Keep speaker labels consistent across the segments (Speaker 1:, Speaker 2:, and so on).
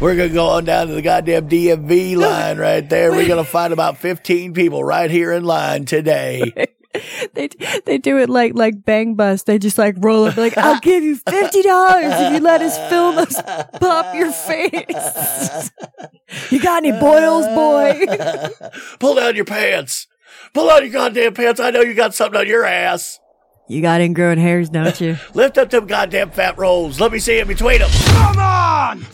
Speaker 1: We're gonna go on down to the goddamn DMV line right there. We're gonna find about fifteen people right here in line today.
Speaker 2: they they do it like like Bang Bus. They just like roll up like I'll give you fifty dollars if you let us film us pop your face. you got any boils, boy?
Speaker 1: Pull down your pants. Pull down your goddamn pants. I know you got something on your ass.
Speaker 2: you got ingrown hairs, don't you?
Speaker 1: Lift up them goddamn fat rolls. Let me see in between them.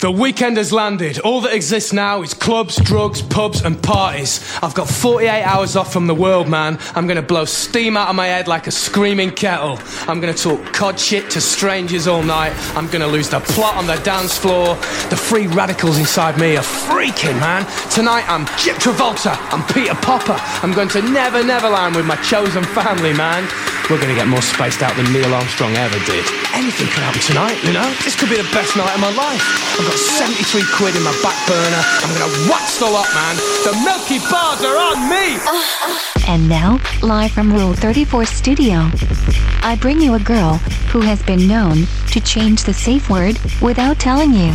Speaker 3: The weekend has landed. All that exists now is clubs, drugs, pubs, and parties. I've got 48 hours off from the world, man. I'm gonna blow steam out of my head like a screaming kettle. I'm gonna talk cod shit to strangers all night. I'm gonna lose the plot on the dance floor. The free radicals inside me are freaking, man. Tonight I'm Jip Travolta. I'm Peter Popper. I'm going to Never Neverland with my chosen family, man. We're gonna get more spaced out than Neil Armstrong ever did. Anything could happen tonight, you know? This could be the best night of my life. I've got 73 quid in my back burner. I'm gonna watch the lot, man. The Milky Bars are on me!
Speaker 4: And now, live from Rule 34 Studio, I bring you a girl who has been known to change the safe word without telling you.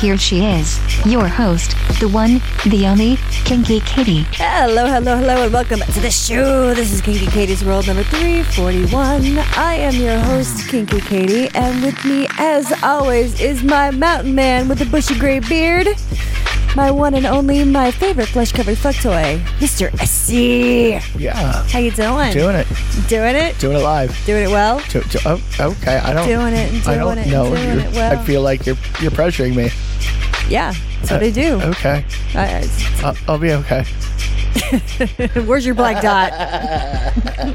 Speaker 4: Here she is, your host, the one, the only, Kinky Kitty.
Speaker 2: Hello, hello, hello, and welcome to the show. This is Kinky Katie's World number 341. I am your host, Kinky Katie, and with me, as always, is my mountain man with the bushy gray beard, my one and only, my favorite flesh covered fuck toy, Mr. SC.
Speaker 1: Yeah,
Speaker 2: How you doing?
Speaker 1: doing it,
Speaker 2: Doing it?
Speaker 1: doing it live.
Speaker 2: Doing it well?
Speaker 1: Do, do, oh, okay, I don't.
Speaker 2: Doing it and
Speaker 1: I
Speaker 2: doing
Speaker 1: don't
Speaker 2: it and
Speaker 1: know.
Speaker 2: doing
Speaker 1: You're-
Speaker 2: it well.
Speaker 1: I feel like you're you're pressuring me.
Speaker 2: Yeah, that's what I do.
Speaker 1: Uh, Okay,
Speaker 2: I-
Speaker 1: I'll, I'll be okay.
Speaker 2: I- where's your black dot?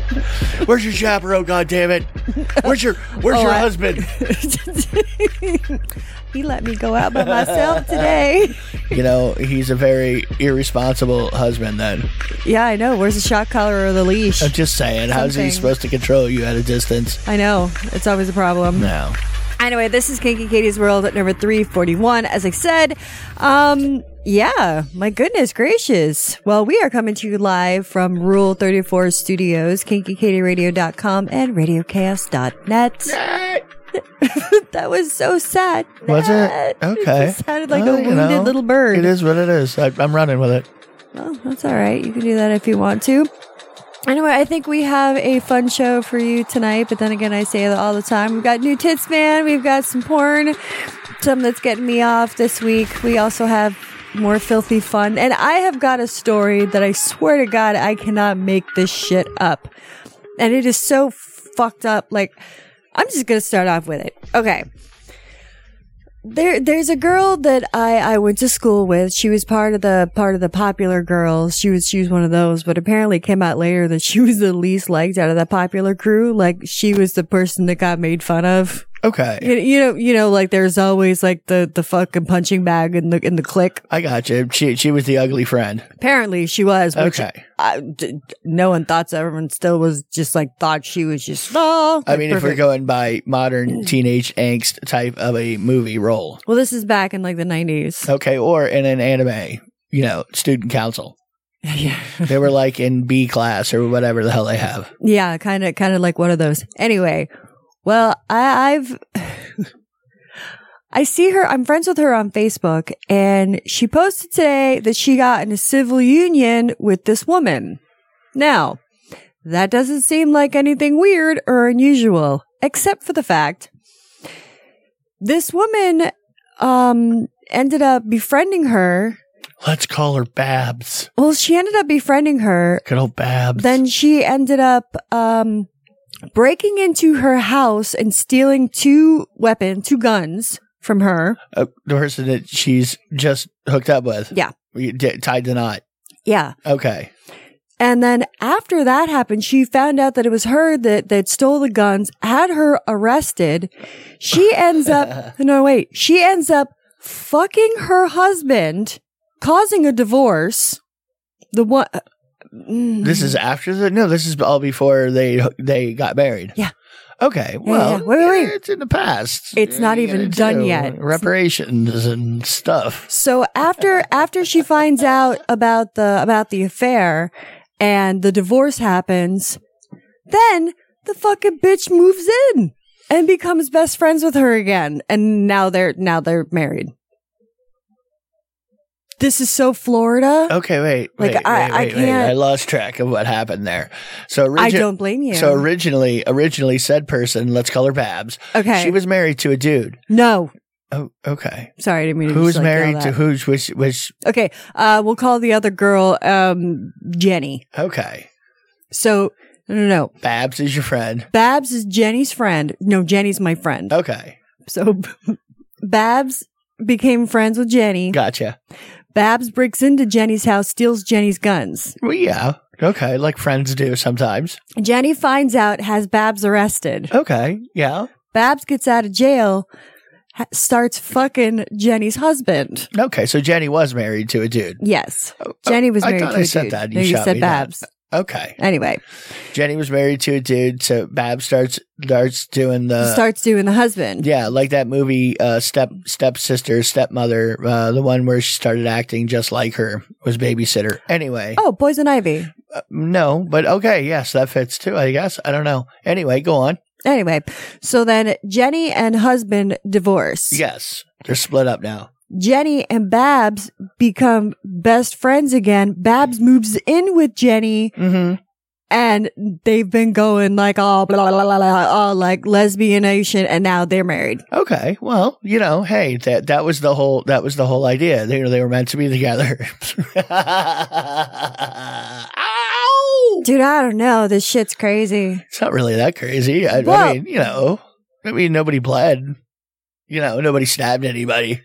Speaker 1: Where's your chaperone? God damn it! Where's your Where's
Speaker 2: Oh,
Speaker 1: your
Speaker 2: I-
Speaker 1: husband?
Speaker 2: he let me go out by myself today.
Speaker 1: You know he's a very irresponsible husband. Then
Speaker 2: Yeah, I know. Where's the shot collar or the leash?
Speaker 1: I'm just saying, how's he
Speaker 2: Something.
Speaker 1: supposed to control you at a distance?
Speaker 2: I know. It's always a problem.
Speaker 1: No.
Speaker 2: Anyway, this is Kinky Katie's World at number 341. As I said, um, yeah, my goodness gracious. Well, we are coming to you live from Rule 34 Studios, kinkykatieradio.com and radiochaos.net. that was so sad.
Speaker 1: Was it? Okay.
Speaker 2: just sounded like
Speaker 1: Well,
Speaker 2: a
Speaker 1: you
Speaker 2: wounded
Speaker 1: know,
Speaker 2: little bird.
Speaker 1: It is what it is. I, I'm running with it.
Speaker 2: Well, that's all right. You can do that if you want to. Anyway, I think we have a fun show for you tonight. But then again, I say that all the time. We've got new tits, man. We've got some porn, some that's getting me off this week. We also have more filthy fun. And I have got a story that I swear to God, I cannot make this shit up. And it is so fucked up. Like, I'm just going to start off with it. Okay there there's a girl that I, I went to school with. She was part of the part of the popular girls. She was she was one of those, but apparently it came out later that she was the least liked out of the popular crew. Like she was the person that got made fun of.
Speaker 1: Okay.
Speaker 2: You, you know you know like there's always like the the fucking punching bag in the in the clique.
Speaker 1: I got you. She she was the ugly friend.
Speaker 2: Apparently she was. Which
Speaker 1: Okay.
Speaker 2: I, d- no one thought so. Everyone still was just like thought she was just oh.
Speaker 1: I mean, if we're going by modern teenage angst type of a movie role,
Speaker 2: well, this is back in like the nineties.
Speaker 1: okay, or in an anime, you know, student council.
Speaker 2: yeah.
Speaker 1: They were like in B class or whatever the hell they have.
Speaker 2: Yeah, kind of, kind of like one of those. Anyway, well, I, I've, I see her. I'm friends with her on Facebook, and she posted today that she got in a civil union with this woman. Now, that doesn't seem like anything weird or unusual, except for the fact this woman um ended up befriending her.
Speaker 1: Let's call her Babs.
Speaker 2: Well, she ended up befriending her
Speaker 1: Good old Babs.
Speaker 2: then she ended up um, breaking into her house and stealing two weapons, two guns from her.
Speaker 1: Uh, the person that she's just hooked up with.
Speaker 2: Yeah.
Speaker 1: You d- tied the knot.
Speaker 2: Yeah.
Speaker 1: Okay.
Speaker 2: And then after that happened, she found out that it was her that, that stole the guns, had her arrested. She ends up, no, wait, she ends up fucking her husband, causing a divorce. The one, Mm-hmm.
Speaker 1: This is after the no. This is all before they they got married.
Speaker 2: Yeah.
Speaker 1: Okay.
Speaker 2: yeah,
Speaker 1: Well,
Speaker 2: yeah. Wait, wait, wait.
Speaker 1: yeah, it's in the past.
Speaker 2: It's
Speaker 1: What
Speaker 2: not
Speaker 1: are you
Speaker 2: even
Speaker 1: gonna
Speaker 2: done
Speaker 1: do?
Speaker 2: yet.
Speaker 1: Reparations and stuff.
Speaker 2: So after after she finds out about the about the affair and the divorce happens, then the fucking bitch moves in and becomes best friends with her again and now they're now they're married. this is so Florida.
Speaker 1: Okay, wait.
Speaker 2: Like,
Speaker 1: wait,
Speaker 2: I-
Speaker 1: wait,
Speaker 2: I
Speaker 1: wait, wait.
Speaker 2: can't-
Speaker 1: I lost track of what happened there. So origi-
Speaker 2: I don't blame you.
Speaker 1: So originally, originally said person, let's call her Babs.
Speaker 2: Okay.
Speaker 1: She was married to a dude.
Speaker 2: no,
Speaker 1: Oh, okay.
Speaker 2: sorry, I didn't mean to.
Speaker 1: Who was
Speaker 2: just, like, yell
Speaker 1: married to
Speaker 2: that.
Speaker 1: who's which which
Speaker 2: Okay, uh, we'll call the other girl um, Jenny.
Speaker 1: okay.
Speaker 2: So no, no, no.
Speaker 1: Babs is your friend.
Speaker 2: Babs is Jenny's friend. No, Jenny's my friend.
Speaker 1: Okay.
Speaker 2: So Babs became friends with Jenny.
Speaker 1: Gotcha.
Speaker 2: Babs breaks into Jenny's house, steals Jenny's guns.
Speaker 1: Well yeah. Okay, like friends do sometimes.
Speaker 2: Jenny finds out, has Babs arrested.
Speaker 1: Okay. Yeah.
Speaker 2: Babs gets out of jail, ha- starts fucking Jenny's husband.
Speaker 1: Okay, so Jenny was married to a dude.
Speaker 2: Yes. Jenny was
Speaker 1: Oh, I
Speaker 2: married
Speaker 1: thought
Speaker 2: to
Speaker 1: I
Speaker 2: a
Speaker 1: said
Speaker 2: dude.
Speaker 1: that.
Speaker 2: No,
Speaker 1: You shot
Speaker 2: said
Speaker 1: me down.
Speaker 2: Babs.
Speaker 1: Okay.
Speaker 2: Anyway,
Speaker 1: Jenny was married to a dude, so Bab starts starts doing the
Speaker 2: starts doing the husband.
Speaker 1: Uh, yeah, like that movie uh, Step Stepsister, Stepmother, uh, the one where she started acting just like her was babysitter. Anyway,
Speaker 2: Oh, Poison Ivy.
Speaker 1: uh, no, but okay, yes, that fits too. I guess I don't know. Anyway, go on.
Speaker 2: Anyway, so then Jenny and husband divorce.
Speaker 1: Yes, they're split up now.
Speaker 2: Jenny and Babs become best friends again. Babs moves in with Jenny
Speaker 1: Mm-hmm.
Speaker 2: and they've been going like all blah, blah, blah, blah, blah, all like lesbian nation and now they're married.
Speaker 1: Okay, well, you know, hey, that that was the whole that was the whole idea. They they were meant to be together. Ow!
Speaker 2: Dude, I don't know. This shit's crazy.
Speaker 1: It's not really that crazy. I, I
Speaker 2: Well-
Speaker 1: mean, you know, I mean, nobody bled. You know, nobody stabbed anybody.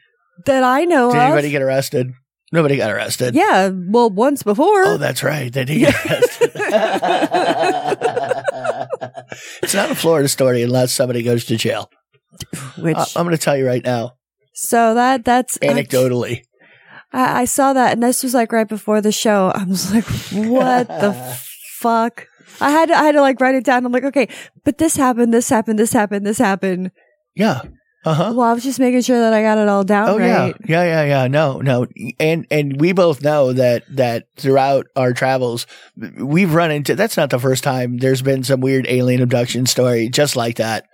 Speaker 2: That I know
Speaker 1: Did
Speaker 2: of.
Speaker 1: anybody get arrested? Nobody got arrested.
Speaker 2: yeah, well, once before.
Speaker 1: Oh, that's right. They did get arrested. it's not a Florida story unless somebody goes to jail.
Speaker 2: which
Speaker 1: I- I'm going to tell you right now,
Speaker 2: so that that's
Speaker 1: anecdotally.
Speaker 2: I, I saw that, and this was like right before the show. I was like, "What the fuck?" I had to, I had to like write it down. I'm like, "Okay, but this happened, this happened, this happened, this happened."
Speaker 1: Yeah. Uh huh.
Speaker 2: Well, I was just making sure that I got it all down
Speaker 1: Oh yeah,
Speaker 2: right.
Speaker 1: yeah, yeah, yeah. No, no, and and we both know that that throughout our travels, we've run into. That's not the first time. There's been some weird alien abduction story just like that.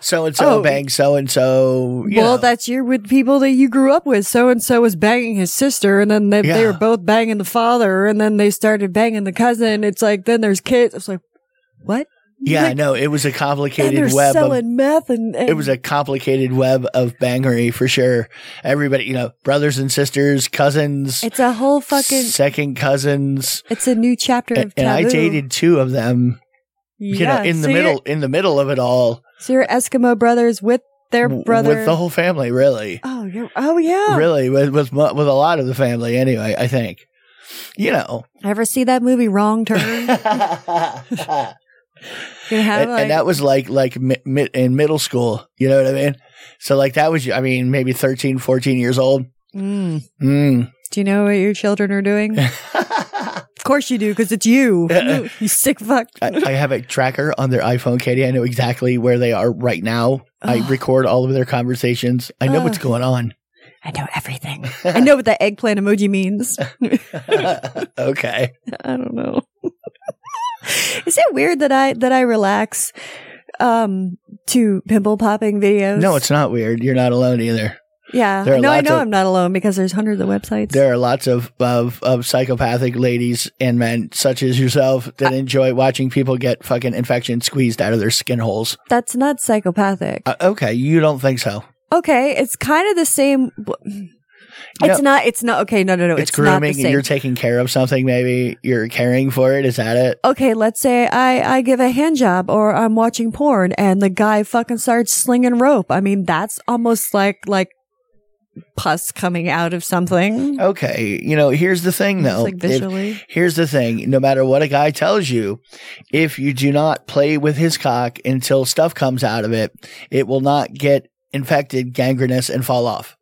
Speaker 1: So and so
Speaker 2: Oh.
Speaker 1: bang so and so.
Speaker 2: Well, that's your with people that you grew up with. So and so was banging his sister, and then they, they
Speaker 1: Yeah.
Speaker 2: were both banging the father, and then they started banging the cousin. It's like then there's kids. I was like, "What?"
Speaker 1: yeah,
Speaker 2: like,
Speaker 1: no, it was a
Speaker 2: And
Speaker 1: complicated
Speaker 2: they're
Speaker 1: web. Of,
Speaker 2: selling meth, and, and
Speaker 1: um, it was a complicated web of bangery for sure. Everybody, you know, brothers and sisters, cousins,
Speaker 2: It's a whole fucking.
Speaker 1: second cousins.
Speaker 2: It's a new chapter
Speaker 1: And,
Speaker 2: of
Speaker 1: and
Speaker 2: taboo.
Speaker 1: I dated two of them, you know, in the
Speaker 2: see
Speaker 1: middle,
Speaker 2: it?
Speaker 1: in the middle of it all,
Speaker 2: So your Eskimo brothers with their
Speaker 1: w-
Speaker 2: brother.
Speaker 1: with the whole family, really.
Speaker 2: oh, you're, oh yeah.
Speaker 1: really with with mu- with a lot of the family anyway i think you know
Speaker 2: Ever see that movie Wrong Turn?
Speaker 1: and,
Speaker 2: You have, like,
Speaker 1: and that was like like mi- mi- in middle school you know what i mean so like that was i mean maybe 13 14 years old
Speaker 2: Mm.
Speaker 1: mm.
Speaker 2: Do you know what your children are doing? of course you do, because it's you. you sick fuck.
Speaker 1: I, I have a tracker on their iphone katie i know exactly where they are right now i record all of their conversations i know what's going on
Speaker 2: I know everything. I know what the eggplant emoji means.
Speaker 1: okay
Speaker 2: I don't know. Is it weird that I that I relax um to pimple popping videos?
Speaker 1: no it's not weird you're not alone either
Speaker 2: yeah.
Speaker 1: there are
Speaker 2: No, I
Speaker 1: lots
Speaker 2: know
Speaker 1: of-
Speaker 2: I'm not alone because there's hundreds of websites.
Speaker 1: there are lots of, of, of psychopathic ladies and men such as yourself that enjoy watching people get fucking infections squeezed out of their skin holes.
Speaker 2: That's not psychopathic.
Speaker 1: Uh, okay, you don't think so?
Speaker 2: Okay, it's kind of the same. It's
Speaker 1: know-
Speaker 2: not. It's not. Okay, no, no, no.
Speaker 1: It's,
Speaker 2: It's, not the
Speaker 1: grooming.
Speaker 2: same.
Speaker 1: You're taking care of something. Maybe you're caring for it. Is that it?
Speaker 2: okay, let's say I I give a hand job or I'm watching porn and the guy fucking starts slinging rope. I mean, that's almost like like pus coming out of something.
Speaker 1: Okay, you know. Here's the thing,
Speaker 2: Just,
Speaker 1: though.
Speaker 2: like,
Speaker 1: If-
Speaker 2: visually.
Speaker 1: here's the thing. No matter what a guy tells you, if you do not play with his cock until stuff comes out of it, it will not get infected, gangrenous, and fall off.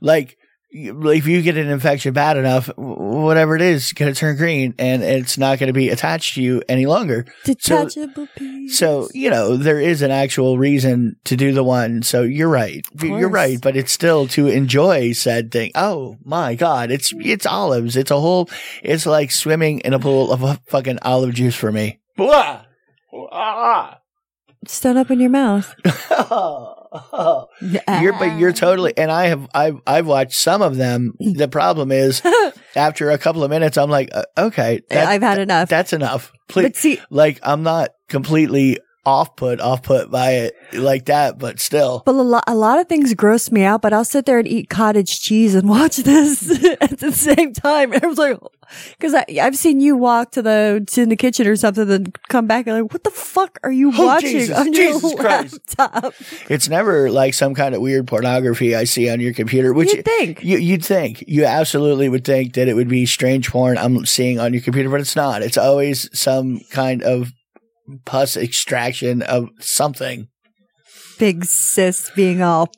Speaker 1: Like, you- if you get an infection bad enough, w- whatever it is, going to turn green and it's not going to be attached to you any longer.
Speaker 2: Detachable piece.
Speaker 1: So, you know, there is an actual reason to do the one. So you're right.
Speaker 2: Of
Speaker 1: You're
Speaker 2: course.
Speaker 1: right. But it's still to enjoy said thing. Oh my God. It's, it's olives. It's a whole, it's like swimming in a pool of uh, fucking olive juice for me.
Speaker 2: Just don't open your mouth.
Speaker 1: oh, oh. You're but you're totally
Speaker 2: Ah.
Speaker 1: and I have I've I've watched some of them. The problem is after a couple of minutes I'm like uh, okay that-
Speaker 2: I've had enough.
Speaker 1: that's enough.
Speaker 2: but
Speaker 1: Please
Speaker 2: see,
Speaker 1: like I'm not completely off put off put by it like that, but still.
Speaker 2: but a lot, a lot of things gross me out. But I'll sit there and eat cottage cheese and watch this at the same time. And I was like, because I've seen you walk to the to in the kitchen or something, then come back and like, what the fuck are you
Speaker 1: Oh,
Speaker 2: watching
Speaker 1: Jesus,
Speaker 2: on
Speaker 1: Jesus
Speaker 2: your
Speaker 1: Christ.
Speaker 2: laptop?
Speaker 1: It's never like some kind of weird pornography I see on your computer, which
Speaker 2: You'd think.
Speaker 1: You, you'd think. You absolutely would think that it would be strange porn I'm seeing on your computer, but it's not. It's always some kind of pus extraction of something.
Speaker 2: Big sis being all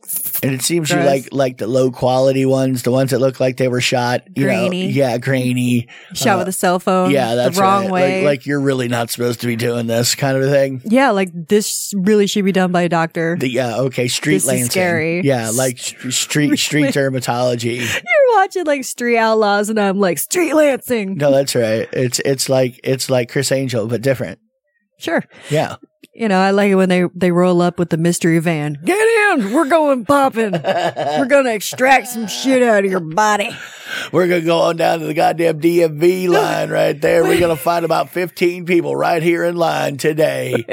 Speaker 1: And it seems you
Speaker 2: Gross.
Speaker 1: like like the low quality ones, the ones that look like they were shot. You
Speaker 2: Grainy.
Speaker 1: Know, yeah, grainy.
Speaker 2: shot with a cell phone.
Speaker 1: Uh, yeah, that's
Speaker 2: the wrong
Speaker 1: right.
Speaker 2: way.
Speaker 1: Like, like you're really not supposed to be doing this kind of thing.
Speaker 2: yeah, like this really should be done by a doctor.
Speaker 1: The, yeah, okay, street
Speaker 2: This is
Speaker 1: lancing.
Speaker 2: scary.
Speaker 1: Yeah, like st- street street dermatology.
Speaker 2: You're watching like Street Outlaws, and I'm like Street Lancing.
Speaker 1: No, that's right. It's it's like it's like Chris Angel, but different.
Speaker 2: Sure,
Speaker 1: Yeah.
Speaker 2: you know I like it when they they roll up with the mystery van. Get in, we're going popping. we're gonna extract some shit out of your body.
Speaker 1: We're gonna go on down to the goddamn DMV line right there. We're gonna find about fifteen people right here in line today.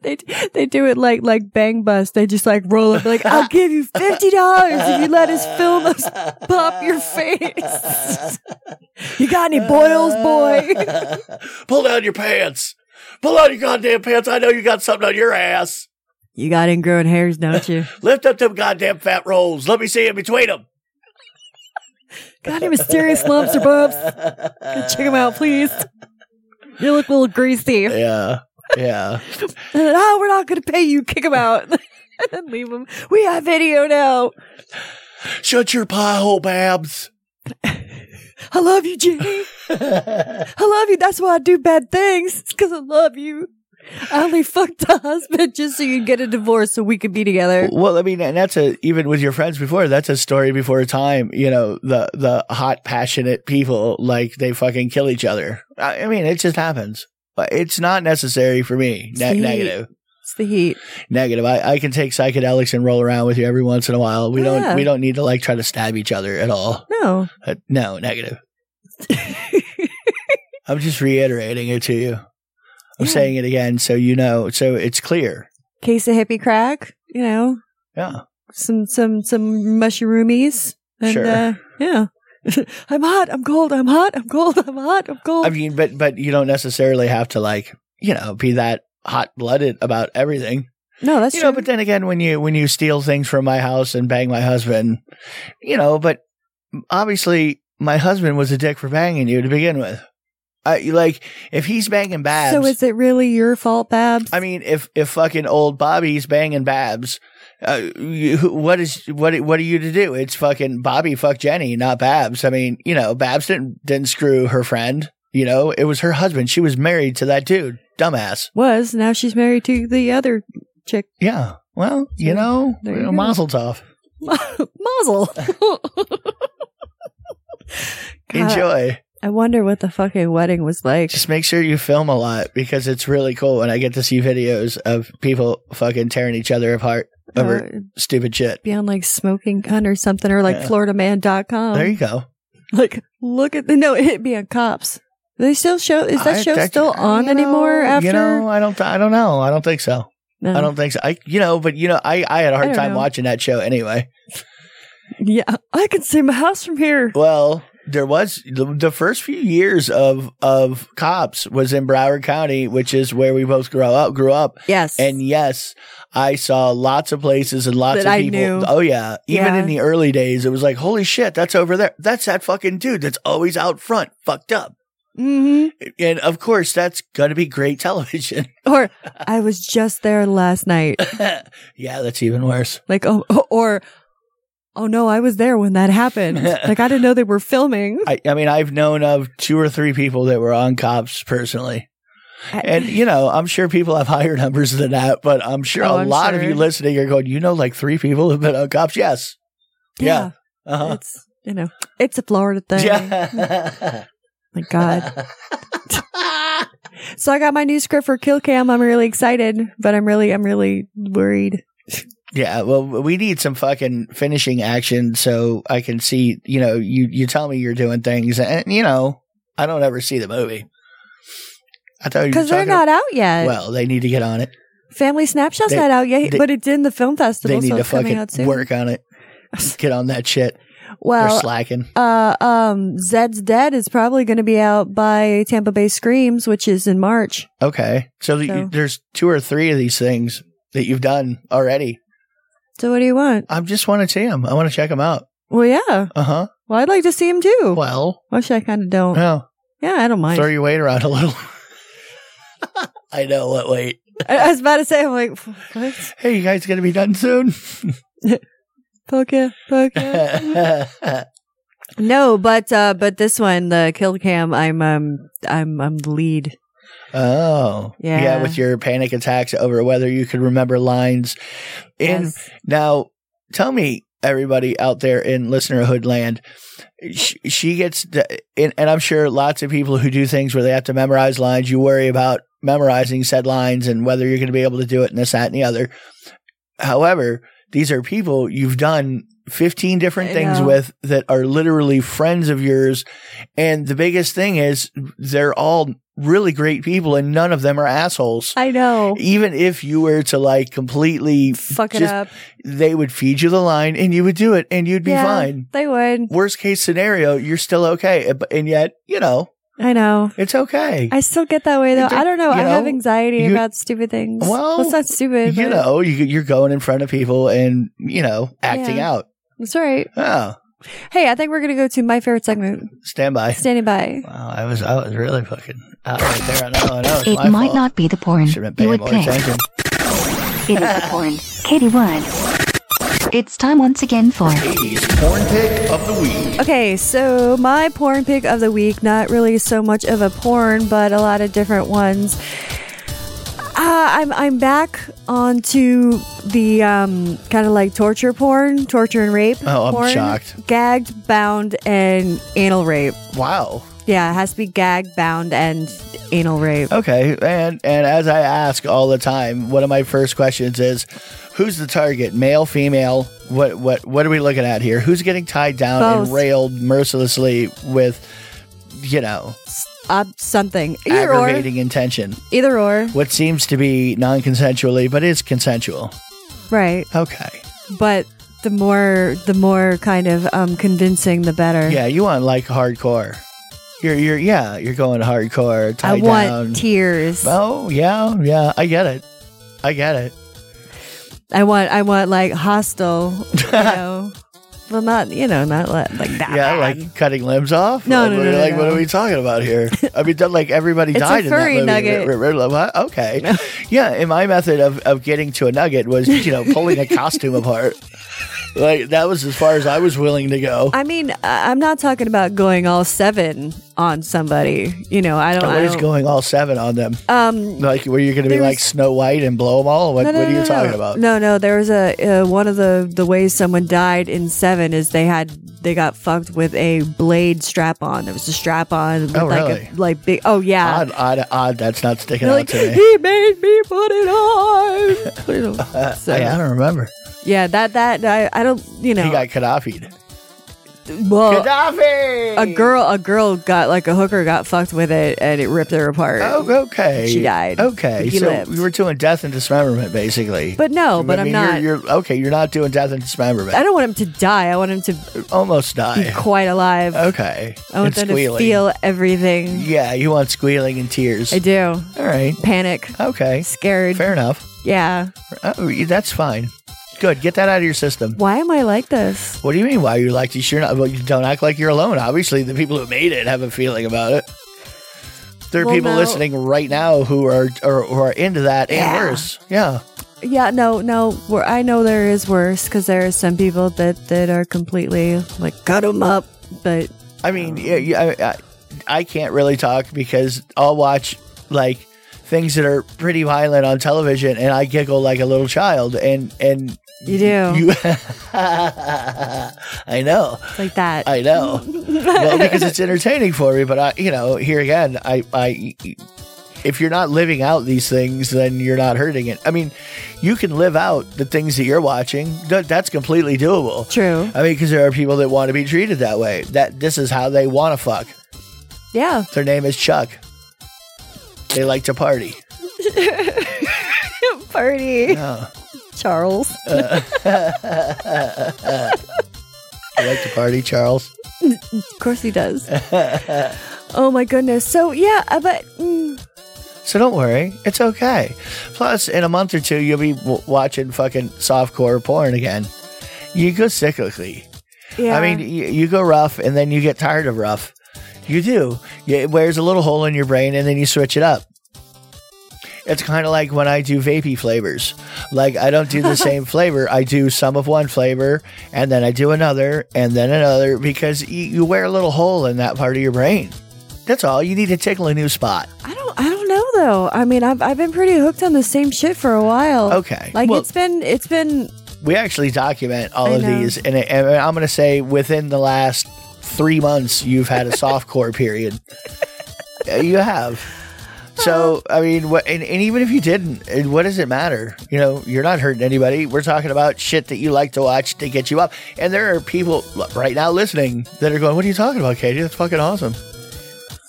Speaker 2: They they do it like like Bang Bus. They just like roll up like I'll give you fifty dollars if you let us film us pop your face. you got any boils, boy?
Speaker 1: Pull down your pants. Pull down your goddamn pants. I know you got something on your ass.
Speaker 2: You got ingrown hairs, don't you?
Speaker 1: Lift up them goddamn fat rolls. Let me see in between them.
Speaker 2: Got any mysterious lumps or bumps? Check them out, please. You look a little greasy. And
Speaker 1: Yeah. Yeah.
Speaker 2: then, oh, we're not going to pay you. Kick them out. and leave them. We have video now.
Speaker 1: Shut your pie hole, Babs.
Speaker 2: I love you, Jenny. I love you. That's why I do bad things. It's because I love you. I only fucked the husband just so you'd get a divorce so we could be together.
Speaker 1: Well, I mean, and that's a even with your friends before. That's a story before time. You know, the the hot, passionate people like they fucking kill each other. I, I mean, it just happens. But it's not necessary for me. Ne-
Speaker 2: See?
Speaker 1: negative,
Speaker 2: It's the heat.
Speaker 1: negative. I, I can take psychedelics and roll around with you every once in a while. We
Speaker 2: Yeah.
Speaker 1: don't we don't need to like try to stab each other at all.
Speaker 2: No.
Speaker 1: Uh, no, negative. I'm just reiterating it to you. I'm
Speaker 2: Yeah.
Speaker 1: saying it again so you know, so it's clear.
Speaker 2: Case of hippie crack, you know,
Speaker 1: Yeah.
Speaker 2: some, some, some mushroomies. And,
Speaker 1: Sure.
Speaker 2: uh, yeah. I'm hot. I'm cold. I'm hot. I'm cold. I'm hot. I'm cold.
Speaker 1: I mean, but but you don't necessarily have to like, you know, be that hot blooded about everything.
Speaker 2: no, that's
Speaker 1: you
Speaker 2: true.
Speaker 1: know, but then again when you when you steal things from my house and bang my husband, you know, but obviously my husband was a dick for banging you to begin with. I like if he's banging Babs
Speaker 2: So is it really your fault, Babs?
Speaker 1: I mean, if if fucking old Bobby's banging Babs, uh, you, who- what is what what are you to do? It's fucking Bobby fuck Jenny, not Babs. I mean, you know, Babs didn't didn't screw her friend. You know, it was her husband. She was married to that dude, dumbass.
Speaker 2: was now she's married to the other chick.
Speaker 1: Yeah. Well, you know,
Speaker 2: There you go.
Speaker 1: Mazel tov.
Speaker 2: Mazel. God,
Speaker 1: Enjoy.
Speaker 2: I wonder what the fucking wedding was like.
Speaker 1: Just make sure you film a lot because it's really cool, and I get to see videos of people fucking tearing each other apart over
Speaker 2: Uh,
Speaker 1: stupid shit.
Speaker 2: be on like smoking gun or something or like
Speaker 1: Yeah.
Speaker 2: floridaman.com.
Speaker 1: there you go.
Speaker 2: like look at the no, it'd be on cops. They still show is that
Speaker 1: I-
Speaker 2: show
Speaker 1: that-
Speaker 2: still
Speaker 1: you
Speaker 2: on
Speaker 1: know,
Speaker 2: anymore after
Speaker 1: You know, I don't. Th- I don't know. I don't think so.
Speaker 2: No.
Speaker 1: I don't think so. I, you know, but you know, I, I had a
Speaker 2: I
Speaker 1: hard
Speaker 2: don't
Speaker 1: time
Speaker 2: know.
Speaker 1: watching that show anyway.
Speaker 2: Yeah. I can see my house from here.
Speaker 1: Well, there was the, the first few years of of cops was in Broward County, which is where we both grew up. Grew up,
Speaker 2: Yes.
Speaker 1: and yes, I saw lots of places and lots
Speaker 2: That
Speaker 1: of
Speaker 2: I
Speaker 1: people.
Speaker 2: knew.
Speaker 1: Oh yeah, even
Speaker 2: Yeah.
Speaker 1: in the early days, it was like, holy shit, that's over there. That's that fucking dude that's always out front, fucked up.
Speaker 2: hmm
Speaker 1: And of course, that's gonna be great television.
Speaker 2: Or I was just there last night.
Speaker 1: yeah, that's even worse.
Speaker 2: Like, oh, oh- or, oh no, I was there when that happened. like, I didn't know they were filming.
Speaker 1: I, I mean, I've known of two or three people that were on cops personally. And you know, I'm sure people have higher numbers than that, but I'm sure a
Speaker 2: Oh, I'm
Speaker 1: lot of
Speaker 2: sure.
Speaker 1: you listening are going, you know, like three people have been on cops. Yes. Yeah. Uh-huh.
Speaker 2: It's, you know, it's a Florida thing.
Speaker 1: Yeah.
Speaker 2: My God. So I got my new script for Kill Cam. I'm really excited, but I'm really, I'm really worried.
Speaker 1: Yeah, well, we need some fucking finishing action so I can see. You know, you you tell me you're doing things, and you know, I don't ever see the movie. I thought you were
Speaker 2: because they're
Speaker 1: talking-
Speaker 2: not out yet.
Speaker 1: Well, they need to get on it.
Speaker 2: Family Snapshot's
Speaker 1: they-
Speaker 2: not out yet,
Speaker 1: they-
Speaker 2: but it's in the film
Speaker 1: They
Speaker 2: festival,
Speaker 1: need
Speaker 2: so
Speaker 1: to
Speaker 2: it's coming
Speaker 1: fucking
Speaker 2: out soon.
Speaker 1: work on it. Get on that shit. they're
Speaker 2: Well,
Speaker 1: slacking.
Speaker 2: uh, um, Zed's Dead is probably going to be out by Tampa Bay Screams, which is in March.
Speaker 1: Okay, so, that you-
Speaker 2: So-
Speaker 1: there's two or three of these things that you've done already.
Speaker 2: So what do you want?
Speaker 1: I just want to see them. I want to check them out.
Speaker 2: Well, yeah.
Speaker 1: Uh huh.
Speaker 2: Well, I'd like to see him too.
Speaker 1: Well,
Speaker 2: Actually, I kind of don't.
Speaker 1: no,
Speaker 2: yeah, I don't mind.
Speaker 1: throw your weight around a little. I know what weight.
Speaker 2: I, I was about to say, I'm like, what?
Speaker 1: Hey, you guys gonna be done soon?
Speaker 2: Fuck yeah, fuck yeah.
Speaker 1: okay.
Speaker 2: no, but uh, but this one, the kill cam, I'm um, I'm I'm the lead.
Speaker 1: Oh.
Speaker 2: Yeah.
Speaker 1: with your panic attacks over whether you could remember lines. In
Speaker 2: Yes.
Speaker 1: now, tell me, everybody out there in listenerhood land, she, she gets, the- and, and I'm sure lots of people who do things where they have to memorize lines, you worry about memorizing said lines and whether you're going to be able to do it and this, that, and the other. However, these are people you've done 15 different
Speaker 2: I
Speaker 1: things
Speaker 2: know.
Speaker 1: with that are literally friends of yours. And the biggest thing is they're all really great people and none of them are assholes.
Speaker 2: I know.
Speaker 1: Even if you were to like completely
Speaker 2: Fuck it
Speaker 1: just-
Speaker 2: up.
Speaker 1: they would feed you the line and you would do it and you'd be
Speaker 2: Yeah,
Speaker 1: fine.
Speaker 2: They would.
Speaker 1: Worst case scenario, you're still okay. eh, But- And yet, you know,
Speaker 2: I know.
Speaker 1: it's okay.
Speaker 2: I still get that way though.
Speaker 1: It's a-
Speaker 2: I don't know.
Speaker 1: you
Speaker 2: I have
Speaker 1: know,
Speaker 2: anxiety
Speaker 1: you-
Speaker 2: about stupid things.
Speaker 1: Well,
Speaker 2: it's not stupid.
Speaker 1: you
Speaker 2: but-
Speaker 1: know, you, you're going in front of people and, you know, acting
Speaker 2: Yeah.
Speaker 1: out.
Speaker 2: That's all right.
Speaker 1: Oh,
Speaker 2: Hey, I think we're gonna go to my favorite segment.
Speaker 1: stand by.
Speaker 2: Standing by.
Speaker 1: Wow, I was I was really fucking out right there. I know, I know. It's
Speaker 4: It
Speaker 1: my
Speaker 4: might
Speaker 1: fault.
Speaker 4: not be the porn
Speaker 1: Should have been
Speaker 4: you
Speaker 1: paying
Speaker 4: would
Speaker 1: more
Speaker 4: pick.
Speaker 1: attention.
Speaker 4: It is the porn. Katie won. It's time once again for
Speaker 1: Porn pick of the week.
Speaker 2: Okay, so my porn pick of the week, not really so much of a porn, but a lot of different ones. Uh, I'm, I'm back onto the um, kind of like torture porn, torture and rape.
Speaker 1: Oh, I'm
Speaker 2: porn.
Speaker 1: shocked.
Speaker 2: Gagged, bound, and anal rape.
Speaker 1: Wow.
Speaker 2: Yeah, it has to be gagged, bound, and anal rape.
Speaker 1: Okay, and and as I ask all the time, one of my first questions is, who's the target? Male, female? What what what are we looking at here? Who's getting tied down
Speaker 2: Both.
Speaker 1: and railed mercilessly with, you know,
Speaker 2: Uh, something. Either or.
Speaker 1: aggravating intention?
Speaker 2: Either or.
Speaker 1: What seems to be non-consensually, but is consensual.
Speaker 2: Right.
Speaker 1: Okay,
Speaker 2: But the more, the more kind of um, convincing, the better.
Speaker 1: yeah, you want like hardcore. You're you're yeah, you're going hardcore.
Speaker 2: I
Speaker 1: Tied
Speaker 2: want
Speaker 1: down.
Speaker 2: tears.
Speaker 1: oh yeah, yeah, I get it. I get it.
Speaker 2: I want I want like hostile, you know. Well, not you know, not li- like that.
Speaker 1: Yeah,
Speaker 2: bad.
Speaker 1: like cutting limbs off.
Speaker 2: No,
Speaker 1: Like,
Speaker 2: no,
Speaker 1: what-
Speaker 2: no, no,
Speaker 1: Like, what
Speaker 2: no.
Speaker 1: are we talking about here? I mean, that, like everybody
Speaker 2: It's a
Speaker 1: died
Speaker 2: furry
Speaker 1: in that movie.
Speaker 2: nugget.
Speaker 1: R- r- r- what? Okay. yeah, and my method of, of getting to a nugget was, you know, pulling a costume apart. Like that was as far as I was willing to go.
Speaker 2: I mean, I- I'm not talking about going all seven on somebody. You know, I don't.
Speaker 1: What
Speaker 2: I
Speaker 1: is
Speaker 2: don't-
Speaker 1: going all seven on them?
Speaker 2: Um,
Speaker 1: Like, were you going to be
Speaker 2: there
Speaker 1: like
Speaker 2: was-
Speaker 1: Snow White and blow them all? What,
Speaker 2: no, no,
Speaker 1: what are you
Speaker 2: no, no,
Speaker 1: talking
Speaker 2: no.
Speaker 1: about?
Speaker 2: No, no. There was a uh, one of the the ways someone died in seven is they had they got fucked with a blade strap on. There was a strap on. With
Speaker 1: Oh,
Speaker 2: like
Speaker 1: really?
Speaker 2: A, like big. Oh yeah.
Speaker 1: Odd, odd, odd. That's not sticking
Speaker 2: They're
Speaker 1: out
Speaker 2: like,
Speaker 1: to me.
Speaker 2: he made me put it on. You know, so,
Speaker 1: I, I don't remember.
Speaker 2: yeah, that that I, I don't you know
Speaker 1: He got Gaddafi'd.
Speaker 2: well,
Speaker 1: Gaddafi!
Speaker 2: a girl a girl got like a hooker got fucked with it and it ripped her apart.
Speaker 1: Oh, okay.
Speaker 2: She died.
Speaker 1: Okay,
Speaker 2: He
Speaker 1: so
Speaker 2: lived.
Speaker 1: we were doing death and dismemberment, basically.
Speaker 2: But no, but
Speaker 1: I
Speaker 2: I'm
Speaker 1: mean,
Speaker 2: not.
Speaker 1: You're, you're okay. You're not doing death and dismemberment.
Speaker 2: I don't want him to die. I want him to
Speaker 1: Almost
Speaker 2: be
Speaker 1: die.
Speaker 2: quite alive.
Speaker 1: Okay.
Speaker 2: I want
Speaker 1: And
Speaker 2: them to Oh, feel everything.
Speaker 1: Yeah, you want squealing and tears.
Speaker 2: I do.
Speaker 1: All right.
Speaker 2: Panic.
Speaker 1: Okay.
Speaker 2: Scared.
Speaker 1: Fair enough.
Speaker 2: Yeah.
Speaker 1: Oh, that's fine. Good. Get that out of your system.
Speaker 2: Why am I like this?
Speaker 1: What do you mean? Why you like? You're not. Well, you don't act like you're alone. Obviously, the people who made it have a feeling about it. There are
Speaker 2: Well,
Speaker 1: people
Speaker 2: now-
Speaker 1: listening right now who are, are who are into that
Speaker 2: Yeah.
Speaker 1: and worse. Yeah.
Speaker 2: Yeah, no, no. Where I know there is worse because there are some people that that are completely like cut them up, but
Speaker 1: I mean, yeah, yeah, I, I, I can't really talk because I'll watch like things that are pretty violent on television, and I giggle like a little child, and and
Speaker 2: You do.
Speaker 1: You, I know,
Speaker 2: like that.
Speaker 1: I know. well, because it's entertaining for me, but I, you know, here again, I, I, if you're not living out these things, then you're not hurting it. I mean, you can live out the things that you're watching. That, that's completely doable.
Speaker 2: True.
Speaker 1: I mean, because there are people that want to be treated that way. That this is how they want to fuck.
Speaker 2: Yeah.
Speaker 1: Their name is Chuck. They like to party.
Speaker 2: Party.
Speaker 1: Oh,
Speaker 2: Charles.
Speaker 1: they like to party, Charles.
Speaker 2: Of course he does. oh my goodness. So yeah, uh, but mm,
Speaker 1: So don't worry, it's okay. Plus, in a month or two, you'll be w- watching fucking softcore porn again. You go cyclically.
Speaker 2: yeah.
Speaker 1: I mean, you, you go rough and then you get tired of rough. You do. You, it wears a little hole in your brain and then you switch it up. It's kind of like when I do vapey flavors. Like, I don't do the same flavor. I do some of one flavor and then I do another and then another because you, you wear a little hole in that part of your brain. That's all. You need to tickle a new spot.
Speaker 2: I don't. I don't know though. I mean, I've I've been pretty hooked on the same shit for a while.
Speaker 1: Okay.
Speaker 2: Like
Speaker 1: Well-
Speaker 2: it's been it's been
Speaker 1: we actually document all
Speaker 2: I
Speaker 1: of
Speaker 2: know.
Speaker 1: these and, it, and i'm going to say within the last three months you've had a soft core period Uh, you have so i mean what and, and even if you didn't it- what does it matter you know you're not hurting anybody we're talking about shit that you like to watch to get you up and there are people l- right now listening that are going what are you talking about katie that's fucking awesome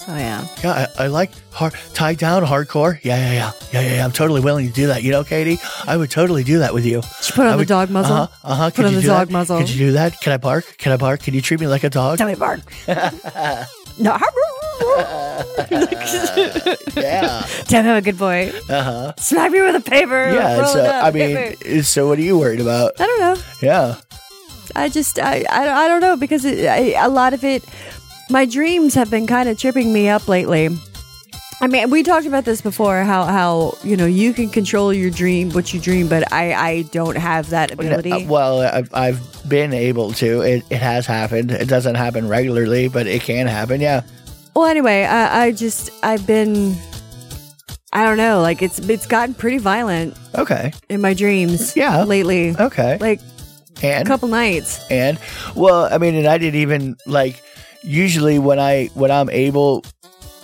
Speaker 2: Oh yeah.
Speaker 1: yeah, I, I like hard, tied down hardcore. Yeah, yeah, yeah, yeah, yeah, yeah. I'm totally willing to do that. You know, Katie, I would totally do that with you.
Speaker 2: She put on
Speaker 1: I
Speaker 2: the
Speaker 1: would-
Speaker 2: dog muzzle.
Speaker 1: Uh-huh, uh-huh.
Speaker 2: Put on the
Speaker 1: do
Speaker 2: dog
Speaker 1: that?
Speaker 2: muzzle.
Speaker 1: Could you do that? Can I bark? Can I bark? Can you treat me like a dog?
Speaker 2: Tell me, Bart. no.
Speaker 1: yeah.
Speaker 2: Damn, I'm a good boy. Uh huh. Smack me with a paper.
Speaker 1: Uh-huh. yeah.
Speaker 2: Roll
Speaker 1: So,
Speaker 2: it up.
Speaker 1: I
Speaker 2: Hit
Speaker 1: mean,
Speaker 2: me.
Speaker 1: so what are you worried about?
Speaker 2: I don't know.
Speaker 1: Yeah.
Speaker 2: I just I I don't, I don't know because it, I, a lot of it, my dreams have been kind of tripping me up lately. I mean, we talked about this before how how you know you can control your dream, what you dream, but I I don't have that ability.
Speaker 1: Uh, Well, I've, I've been able to. It, it has happened. It doesn't happen regularly, but it can happen. Yeah.
Speaker 2: Well, anyway, I, I just I've been I don't know, like it's it's gotten pretty violent
Speaker 1: Okay.
Speaker 2: in my dreams.
Speaker 1: Yeah.
Speaker 2: lately,
Speaker 1: Okay.
Speaker 2: like a
Speaker 1: and
Speaker 2: couple nights.
Speaker 1: and well i mean and i didn't even like usually when i when i'm able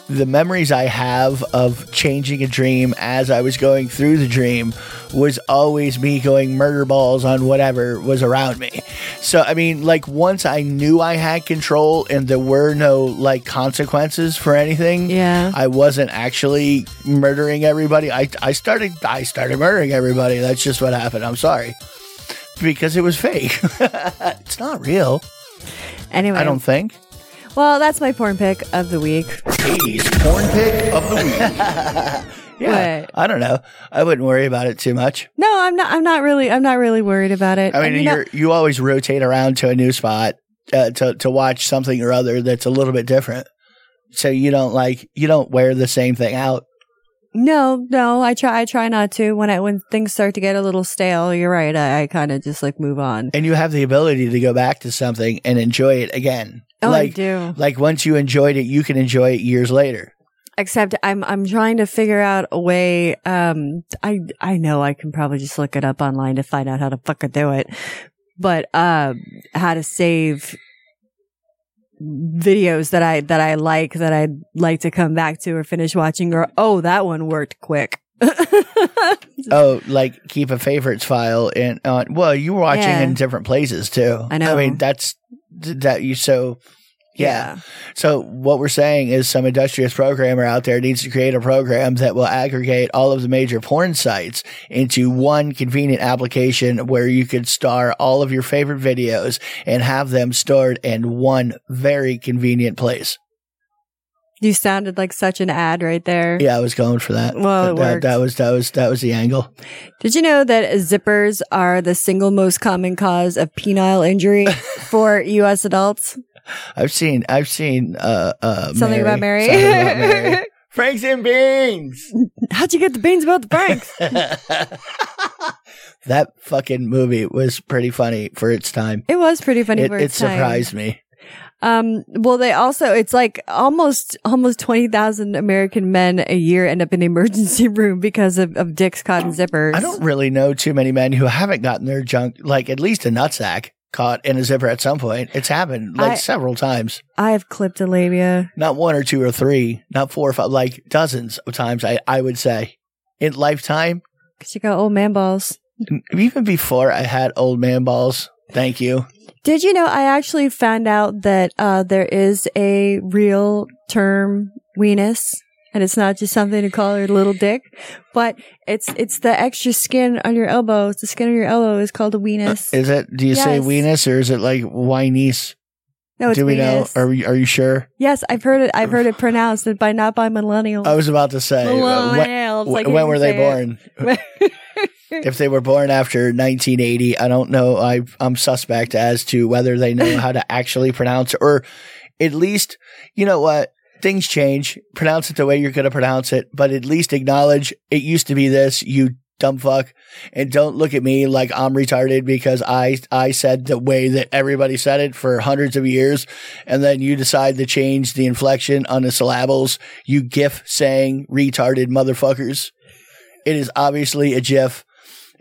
Speaker 1: the memories i have of changing a dream as i was going through the dream was always me going murder balls on whatever was around me so i mean like once i knew i had control and there were no like consequences for anything
Speaker 2: Yeah.
Speaker 1: i wasn't actually murdering everybody i i started i started murdering everybody that's just what happened i'm sorry because it was fake. it's not real,
Speaker 2: Anyway,
Speaker 1: I don't think.
Speaker 2: well, that's my porn pick of the week.
Speaker 1: Katie's porn pick of the week. yeah,
Speaker 2: What?
Speaker 1: I don't know. I wouldn't worry about it too much.
Speaker 2: No, I'm not. I'm not really. I'm not really worried about it.
Speaker 1: I mean,
Speaker 2: And, you know-
Speaker 1: you're, you always rotate around to a new spot uh, to to watch something or other that's a little bit different. So you don't like you don't wear the same thing out.
Speaker 2: No, no, I try. I try not to. When I when things start to get a little stale, you're right. I, I kind of just like move on.
Speaker 1: and you have the ability to go back to something and enjoy it again.
Speaker 2: Oh, I
Speaker 1: like,
Speaker 2: do.
Speaker 1: Like once you enjoyed it, you can enjoy it years later.
Speaker 2: Except I'm I'm trying to figure out a way. Um, I I know I can probably just look it up online to find out how to fucking do it, but um, how to save videos that I that I like that I would like to come back to or finish watching or oh that one worked quick.
Speaker 1: Oh, like keep a favorites file and on. Well, you were watching
Speaker 2: Yeah.
Speaker 1: in different places too.
Speaker 2: I know.
Speaker 1: I mean, that's that you so. Yeah. So what we're saying is some industrious programmer out there needs to create a program that will aggregate all of the major porn sites into one convenient application where you could star all of your favorite videos and have them stored in one very convenient place.
Speaker 2: you sounded like such an ad right there.
Speaker 1: Yeah, I was going for that.
Speaker 2: Well, it
Speaker 1: that,
Speaker 2: worked.
Speaker 1: that was that was that was the angle.
Speaker 2: Did you know that zippers are the single most common cause of penile injury for U.S. adults?
Speaker 1: I've seen I've seen uh uh
Speaker 2: Something about Mary.
Speaker 1: Something about Mary. Franks and beans.
Speaker 2: How'd you get the beans about the Franks?
Speaker 1: That fucking movie was pretty funny for its time.
Speaker 2: it was pretty funny.
Speaker 1: It,
Speaker 2: for
Speaker 1: it
Speaker 2: its time.
Speaker 1: surprised me.
Speaker 2: Um, well, they also it's like almost almost twenty thousand American men a year end up in the emergency room because of, of dicks caught in zippers.
Speaker 1: I don't really know too many men who haven't gotten their junk like at least a nutsack. caught in a zipper at some point. It's happened like
Speaker 2: I-
Speaker 1: several times.
Speaker 2: I've clipped a labia.
Speaker 1: Not one or two or three, not four or five, like dozens of times, I, I would say. In lifetime,
Speaker 2: Cause you got old man balls.
Speaker 1: even before I had old man balls, thank you.
Speaker 2: Did you know I actually found out that uh, there is a real term weenus, and it's not just something to call your little dick, but it's it's the extra skin on your elbow. The skin on your elbow is called a weenus.
Speaker 1: Is it, do you say
Speaker 2: Yes.
Speaker 1: weenus or is it like winies?
Speaker 2: no, Oh, it's
Speaker 1: Do we
Speaker 2: weenus.
Speaker 1: know? Are, we, are you sure?
Speaker 2: yes, I've heard it. I've heard it pronounced by not by millennials.
Speaker 1: I was about to say, uh, when,
Speaker 2: millennials. I
Speaker 1: when
Speaker 2: can't even
Speaker 1: were they
Speaker 2: say it.
Speaker 1: born? if they were born after 1980, I don't know. I, I'm suspect as to whether they know how to actually pronounce it, or at least, you know what? Things change. Pronounce it the way you're going to pronounce it, but at least acknowledge it used to be this, you dumb fuck. And don't look at me like I'm retarded because I, I said the way that everybody said it for hundreds of years. And then you decide to change the inflection on the syllables. You gif saying retarded motherfuckers. It is obviously a gif.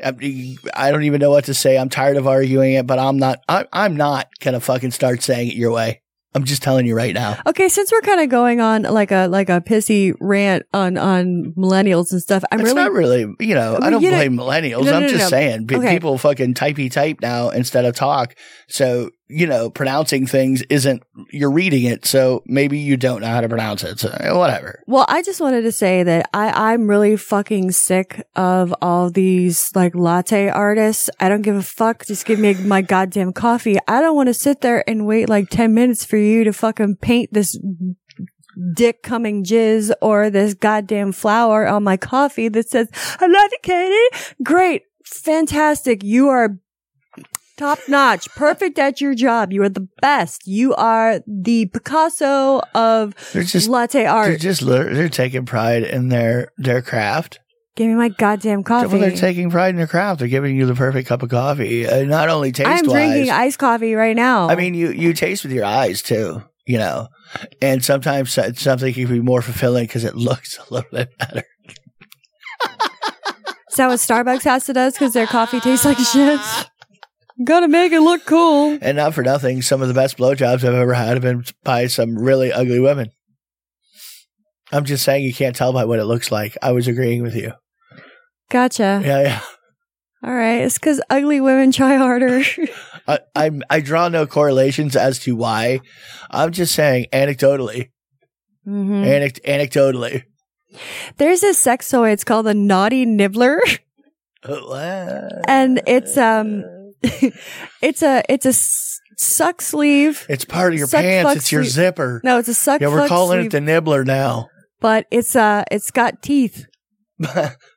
Speaker 1: I I don't even know what to say. I'm tired of arguing it, but I'm not. I, I'm not gonna fucking start saying it your way. I'm just telling you right now.
Speaker 2: Okay, since we're kind of going on like a like a pissy rant on on millennials and stuff, I'm
Speaker 1: it's
Speaker 2: really
Speaker 1: not really, you know. I
Speaker 2: Well,
Speaker 1: don't
Speaker 2: you know-
Speaker 1: blame millennials.
Speaker 2: No, no,
Speaker 1: I'm
Speaker 2: no,
Speaker 1: just
Speaker 2: no.
Speaker 1: saying pe-
Speaker 2: Okay.
Speaker 1: people fucking typey type now instead of talk. So you know, pronouncing things isn't. You're reading it, so maybe you don't know how to pronounce it. So eh, whatever.
Speaker 2: Well, I just wanted to say that I, I'm really fucking sick of all these like latte artists. I don't give a fuck. Just give me my goddamn coffee. I don't want to sit there and wait like 10 minutes for you to fucking paint this dick coming jizz or this goddamn flower on my coffee that says, I love you, Katie. Great. Fantastic. You are top notch. Perfect at your job. You are the best. You are the Picasso of
Speaker 1: They're just
Speaker 2: latte art.
Speaker 1: they're just lit- they're taking pride in their their craft.
Speaker 2: Give me my goddamn coffee.
Speaker 1: Well, they're taking pride in their craft. They're giving you the perfect cup of coffee, uh, not only taste
Speaker 2: I'm
Speaker 1: wise.
Speaker 2: drinking iced coffee right now.
Speaker 1: I mean, you you taste with your eyes too, you know. And sometimes so- something can be more fulfilling because it looks a little bit better.
Speaker 2: is that what Starbucks has to does because their coffee tastes like shit? Gotta make it look cool.
Speaker 1: And not for nothing, some of the best blowjobs I've ever had have been by some really ugly women. I'm just saying you can't tell by what it looks like. I was agreeing with you.
Speaker 2: Gotcha.
Speaker 1: Yeah, yeah.
Speaker 2: All right. It's because ugly women try harder.
Speaker 1: I I'm, I draw no correlations as to why. I'm just saying anecdotally,
Speaker 2: Mhm.
Speaker 1: anec- anecdotally.
Speaker 2: There's this sex toy. It's called the Naughty Nibbler, and it's um, it's a it's a s- suck sleeve.
Speaker 1: It's part of your
Speaker 2: Suck,
Speaker 1: pants.
Speaker 2: fuck,
Speaker 1: It's your
Speaker 2: sleep.
Speaker 1: zipper.
Speaker 2: No, it's a suck.
Speaker 1: yeah, we're
Speaker 2: fuck
Speaker 1: calling it
Speaker 2: sleeve,
Speaker 1: the nibbler now.
Speaker 2: but it's uh, it's got teeth.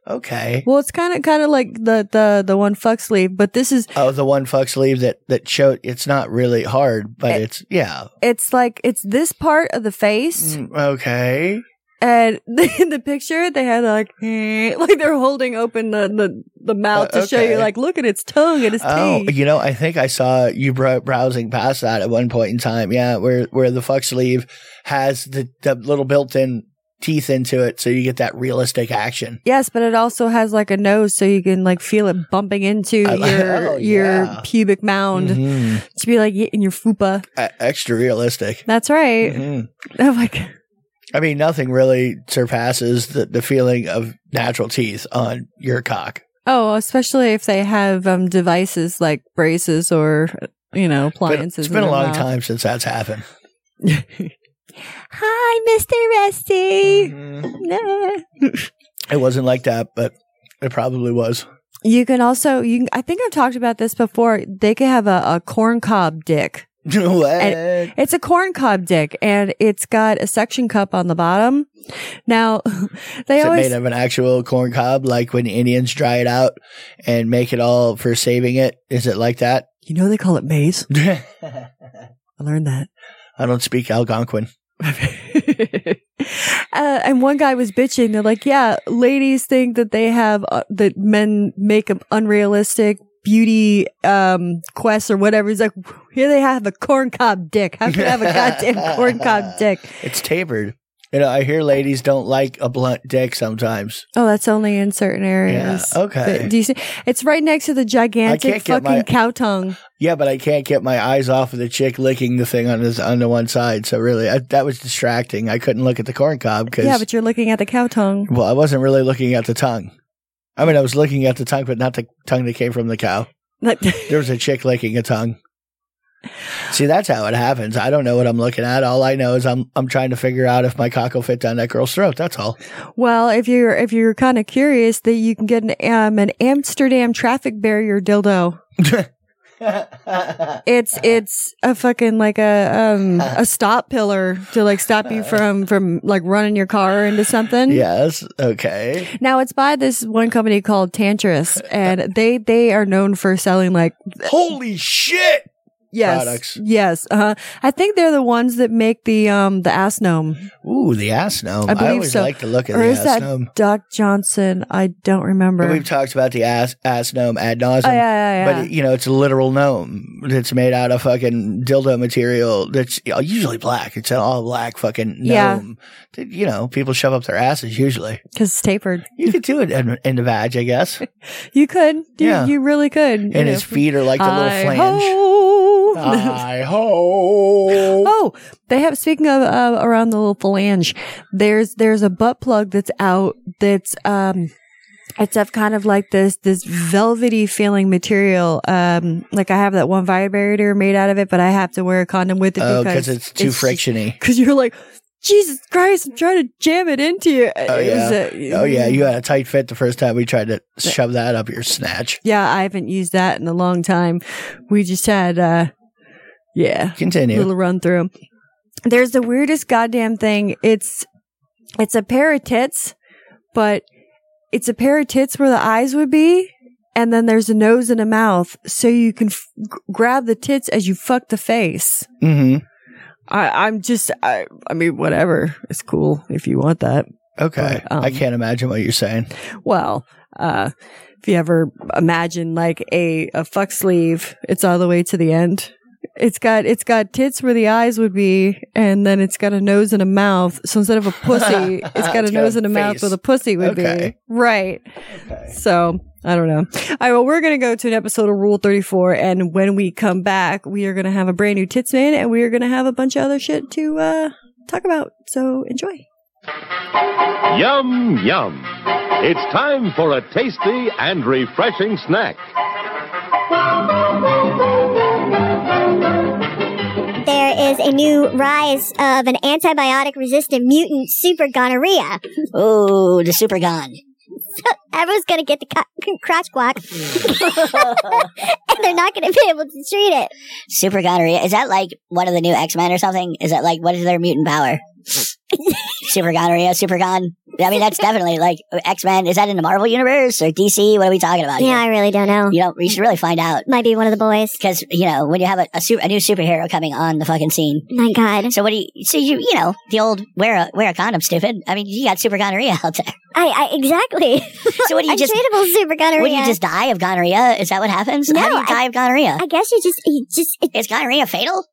Speaker 1: okay.
Speaker 2: Well, it's kind of kind of like the the the one fuck sleeve, but this is
Speaker 1: Oh, the one fuck sleeve that that showed it's not really hard, but
Speaker 2: Eh.
Speaker 1: it's yeah.
Speaker 2: it's like it's this part of the face
Speaker 1: Mm, okay.
Speaker 2: and in the picture they had like eh, like they're holding open the the, the mouth
Speaker 1: Uh,
Speaker 2: to show you
Speaker 1: okay.
Speaker 2: like look at its tongue and its
Speaker 1: Oh,
Speaker 2: teeth
Speaker 1: you know, I think I saw you bro- browsing past that at one point in time. Yeah, where where the fuck sleeve has the, the little built-in teeth into it, so you get that realistic action.
Speaker 2: yes but it also has like a nose so you can like feel it bumping into
Speaker 1: I like-
Speaker 2: your
Speaker 1: oh, yeah.
Speaker 2: your pubic mound
Speaker 1: Mhm.
Speaker 2: to be like in your fupa
Speaker 1: E- extra realistic.
Speaker 2: that's right
Speaker 1: Mhm.
Speaker 2: oh my god
Speaker 1: I mean, nothing really surpasses the, the feeling of natural teeth on your cock.
Speaker 2: oh especially if they have um devices like braces or you know
Speaker 1: But
Speaker 2: appliances
Speaker 1: it's
Speaker 2: in
Speaker 1: been a
Speaker 2: their
Speaker 1: long
Speaker 2: mouth.
Speaker 1: time since that's happened.
Speaker 2: hi mr rusty Nah.
Speaker 1: Mm-hmm. It wasn't like that, but it probably was.
Speaker 2: You can also you. Can, I think I've talked about this before. They can have a, a corn cob dick.
Speaker 1: what?
Speaker 2: It's a corn cob dick, and it's got a suction cup on the bottom. Now, they
Speaker 1: Is it
Speaker 2: always
Speaker 1: made of an actual corn cob, like when Indians dry it out and make it all for saving it? Is it like that?
Speaker 2: you know they call it maize.
Speaker 1: I
Speaker 2: I learned that.
Speaker 1: don't speak Algonquin.
Speaker 2: uh, and one guy was bitching. They're like, "Yeah, ladies think that they have uh, that men make up unrealistic beauty um quests or whatever." He's like, "Here they have a corn cob dick. How can I have a goddamn corn cob dick?"
Speaker 1: It's tapered. You know, I hear ladies don't like a blunt dick sometimes.
Speaker 2: Oh, that's only in certain areas.
Speaker 1: Yeah, okay.
Speaker 2: But do you see? It's right next to the gigantic
Speaker 1: can't get
Speaker 2: fucking
Speaker 1: my-
Speaker 2: cow tongue.
Speaker 1: Yeah, but I can't get my eyes off of the chick licking the thing on his on the one side. So really, I, that was distracting. I couldn't look at the corn cob because
Speaker 2: Yeah, but you're looking at the cow tongue.
Speaker 1: well, I wasn't really looking at the tongue. I mean, I was looking at the tongue, but not the tongue that came from the cow.
Speaker 2: Like-
Speaker 1: There was a chick licking a tongue. See, that's how it happens. I don't know what I'm looking at. All I know is I'm I'm trying to figure out if my cock will fit down that girl's throat. That's all.
Speaker 2: well, if you're if you're kind of curious, that you can get an um, an Amsterdam traffic barrier dildo. It's it's a fucking like a um a stop pillar to like stop you from from like running your car into something.
Speaker 1: yes. Okay.
Speaker 2: Now it's by this one company called Tantris, and they they are known for selling like
Speaker 1: Holy shit!
Speaker 2: yes,
Speaker 1: Products.
Speaker 2: yes. Uh, I think they're the ones that make the um the ass gnome,
Speaker 1: Ooh, the ass gnome.
Speaker 2: I
Speaker 1: Oh, I,
Speaker 2: believe
Speaker 1: always
Speaker 2: so.
Speaker 1: like to look at
Speaker 2: or
Speaker 1: the
Speaker 2: is
Speaker 1: ass
Speaker 2: that
Speaker 1: gnome.
Speaker 2: Doc Johnson? I don't remember.
Speaker 1: We've talked about the ass ass gnome ad nauseum.
Speaker 2: oh yeah, yeah, yeah.
Speaker 1: But you know, it's a literal gnome that's made out of fucking dildo material that's usually black. It's an all black fucking
Speaker 2: Yeah.
Speaker 1: gnome. that, You know, people shove up their asses usually.
Speaker 2: Because it's tapered.
Speaker 1: You could do it in, in the vag, I guess.
Speaker 2: You could. You,
Speaker 1: Yeah.
Speaker 2: you really could.
Speaker 1: And his feet are like the little flange. Ah. I hope.
Speaker 2: Oh, they have. Speaking of uh, around the little phalange, there's there's a butt plug that's out. That's um, it's of kind of like this this velvety feeling material. Um, like I have that one vibrator made out of it, but I have to wear a condom with it
Speaker 1: Oh,
Speaker 2: because
Speaker 1: because it's too frictiony.
Speaker 2: Because you're like, Jesus Christ, I'm trying to jam it into you.
Speaker 1: Oh,
Speaker 2: It was a-
Speaker 1: Oh yeah, you had a tight fit the first time we tried to shove that up your snatch.
Speaker 2: yeah. I haven't used that in a long time. We just had, uh, yeah.
Speaker 1: Continue.
Speaker 2: little run through. There's the weirdest goddamn thing. It's it's a pair of tits, but it's a pair of tits where the eyes would be, and then there's a nose and a mouth, so you can f- g- grab the tits as you fuck the face.
Speaker 1: hmm
Speaker 2: I, I'm just, I, I mean, whatever. It's cool if you want that.
Speaker 1: Okay.
Speaker 2: But, um,
Speaker 1: I can't imagine what you're saying.
Speaker 2: Well, uh, if you ever imagine like a, a fuck sleeve, it's all the way to the end. It's got it's got tits where the eyes would be, and then it's got a nose and a mouth. So instead of a pussy, it's got a
Speaker 1: It's got
Speaker 2: nose
Speaker 1: a
Speaker 2: and a mouth
Speaker 1: face.
Speaker 2: where the pussy would
Speaker 1: Okay.
Speaker 2: be. Right. So I don't know. All right, well, we're gonna go to an episode of Rule Thirty Four, and when we come back, we are gonna have a brand new tits man, and we are gonna have a bunch of other shit to uh, talk about. So enjoy.
Speaker 5: Yum, yum. It's time for a tasty and refreshing snack.
Speaker 6: there is a new rise of an antibiotic resistant mutant super gonorrhea.
Speaker 7: Oh, the super gun.
Speaker 6: Everyone's gonna get the co- crotch guac, and they're not gonna be able to treat it.
Speaker 7: Super gonorrhea. Is that like one of the new X Men or something? Is that like what is their mutant power? super gonorrhea, super gon. I mean, that's definitely like X Men. Is that in the Marvel universe or DC? What are we talking about?
Speaker 6: Yeah,
Speaker 7: here?
Speaker 6: I really don't know.
Speaker 7: you don't. You should really find out
Speaker 6: Might be one of the boys.
Speaker 7: because you know when you have a, a, su- a new superhero coming on the fucking scene.
Speaker 6: My God,
Speaker 7: So what do you? So you you know the old wear a wear a condom, stupid. I mean, you got super gonorrhea out there.
Speaker 6: I, I exactly.
Speaker 7: So what do you just?
Speaker 6: Untreatable super gonorrhea.
Speaker 7: Would you just die of gonorrhea? Is that what happens? How do
Speaker 6: No,
Speaker 7: you die of gonorrhea?
Speaker 6: I guess you just, you just it,
Speaker 7: Is gonorrhea fatal?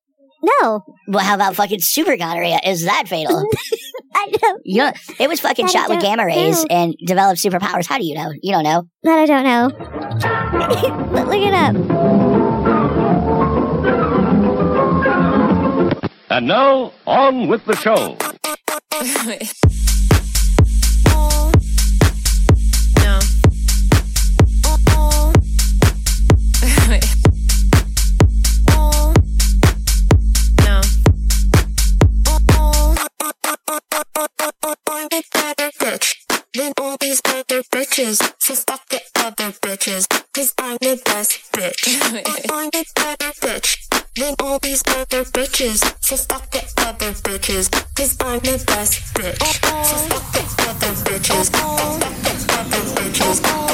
Speaker 6: no.
Speaker 7: Well, how about fucking super gonorrhea? Is that fatal?
Speaker 6: I don't.
Speaker 7: You know, it was fucking
Speaker 6: That I
Speaker 7: shot with
Speaker 6: don't
Speaker 7: gamma rays
Speaker 6: know.
Speaker 7: and developed superpowers. How do you know? You don't know.
Speaker 6: That I don't know. Look- Look it up.
Speaker 5: And now, on with the show.
Speaker 8: Than all these other bitches, so stop the other bitches, cause I'm the best bitch. I'm the better bitch than all these other bitches, so stop the other bitches, cause I'm the best bitch. So stop the other bitches, stop the other bitches, stop the other bitches, stop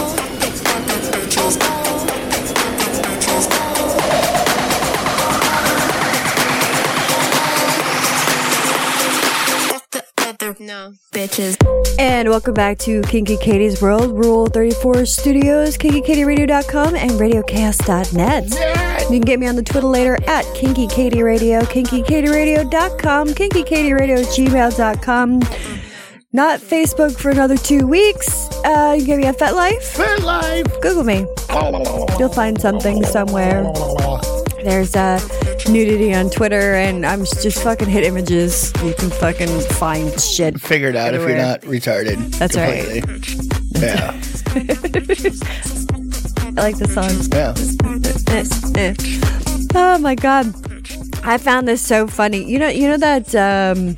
Speaker 8: the other bitches. Fuck the other No. Bitches.
Speaker 2: And welcome back to Kinky Katie's World, Rule 34 Studios, kinkykatieradio.com, and radiocast.net. You can get me on the Twitter later at Kinky Katie Radio, kinkykatieradio.com, kinkykatieradio@gmail.com. Not Facebook for another two weeks. Uh, you can get me on FetLife. FetLife. Google me. You'll find something somewhere. There's uh, nudity on Twitter, and I'm just fucking hit images. You can fucking find shit.
Speaker 1: Figure it out if you're
Speaker 2: Everywhere.
Speaker 1: not retarded.
Speaker 2: That's all right.
Speaker 1: right. Yeah.
Speaker 2: I like the song.
Speaker 1: Yeah.
Speaker 2: Eh, eh. Oh my god, I found this so funny. You know, you know that um,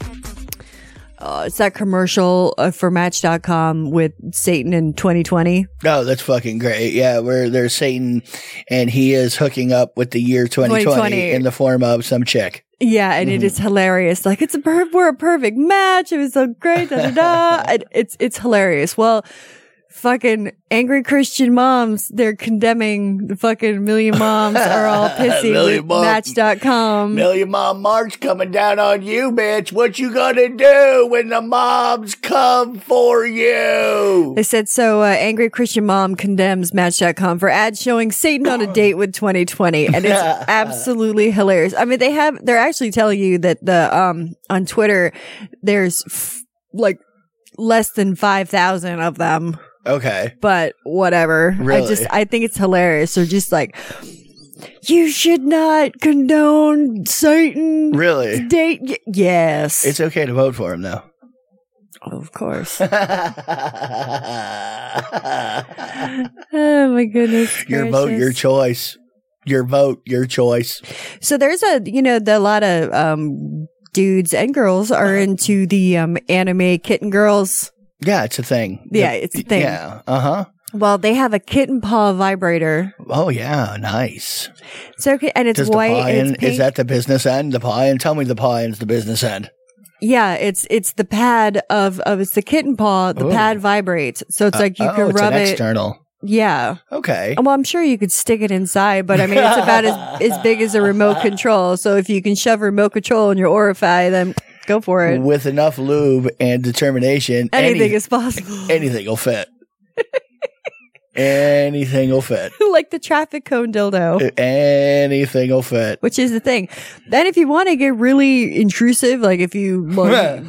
Speaker 2: oh, it's that commercial uh, for Match.com with Satan in 2020.
Speaker 1: No, that's fucking great. Yeah, where there's Satan and he is hooking up with the year 2020,
Speaker 2: 2020.
Speaker 1: in the form of some chick.
Speaker 2: Yeah, and
Speaker 1: Mm-hmm.
Speaker 2: it is hilarious. Like it's a per- we're a perfect match. It was so great. Da, da, da. And it's it's hilarious. Well, fucking angry Christian moms, they're condemning the fucking million moms are all pissy
Speaker 1: Million
Speaker 2: with
Speaker 1: Mom.
Speaker 2: Match.com.
Speaker 1: Million Mom March coming down on you, bitch. What you gonna do when the mobs come for you?
Speaker 2: They said so. Uh, angry Christian mom condemns Match.com for ad showing Satan on a date with 2020, and it's absolutely hilarious. I mean, they have they're actually telling you that the um on Twitter there's f- like less than five thousand of them,
Speaker 1: Okay.
Speaker 2: but whatever. I
Speaker 1: Really?
Speaker 2: just I think it's hilarious. They're just like. You should not condone Satan.
Speaker 1: Really?
Speaker 2: Date? Y- yes.
Speaker 1: It's okay to vote for him, though.
Speaker 2: of course. oh my goodness.
Speaker 1: your vote, your
Speaker 2: gracious.
Speaker 1: choice. Your vote, your choice.
Speaker 2: So there's a, you know, the, a lot of um, dudes and girls are into the um, anime kitten girls.
Speaker 1: Yeah, it's a thing.
Speaker 2: Yeah, it's a thing.
Speaker 1: Yeah. Uh huh.
Speaker 2: Well, they have a kitten paw vibrator.
Speaker 1: Oh yeah, nice.
Speaker 2: So okay, and it's
Speaker 1: Does the
Speaker 2: white.
Speaker 1: pie
Speaker 2: and
Speaker 1: in,
Speaker 2: it's pink.
Speaker 1: is that the business end? The pie end? Tell me the pie end's the business end.
Speaker 2: yeah, it's it's the pad of of it's the kitten paw. The
Speaker 1: Ooh.
Speaker 2: pad vibrates, so it's like you
Speaker 1: oh,
Speaker 2: can
Speaker 1: it's
Speaker 2: rub
Speaker 1: an
Speaker 2: it.
Speaker 1: external.
Speaker 2: Yeah.
Speaker 1: Okay.
Speaker 2: Well, I'm sure you could stick it inside, but I mean, it's about as as big as a remote control. So if you can shove a remote control in your orifice, then go for it.
Speaker 1: With enough lube and determination,
Speaker 2: Anything
Speaker 1: any-
Speaker 2: is possible.
Speaker 1: anything will fit. anything will fit.
Speaker 2: like the traffic cone dildo.
Speaker 1: Anything will fit.
Speaker 2: which is the thing. Then if you want to get really intrusive, like if you like,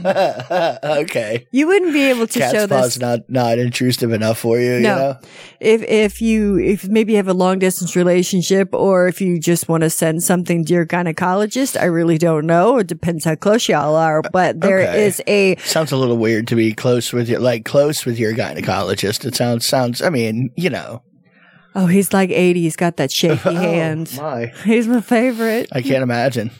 Speaker 1: okay.
Speaker 2: you wouldn't be able to show
Speaker 1: Cat's paw's
Speaker 2: this
Speaker 1: not not intrusive enough for you. You
Speaker 2: No.
Speaker 1: know?
Speaker 2: if if you if maybe you have a long distance relationship or if you just want to send something to your gynecologist. I really don't know. It depends how close y'all are, but there
Speaker 1: Okay.
Speaker 2: is a
Speaker 1: Sounds a little weird to be close with your like close with your gynecologist. It sounds sounds. I mean, you know.
Speaker 2: oh he's like eighty. He's got that shaky hand.
Speaker 1: Oh, my.
Speaker 2: He's my favorite.
Speaker 1: I can't imagine.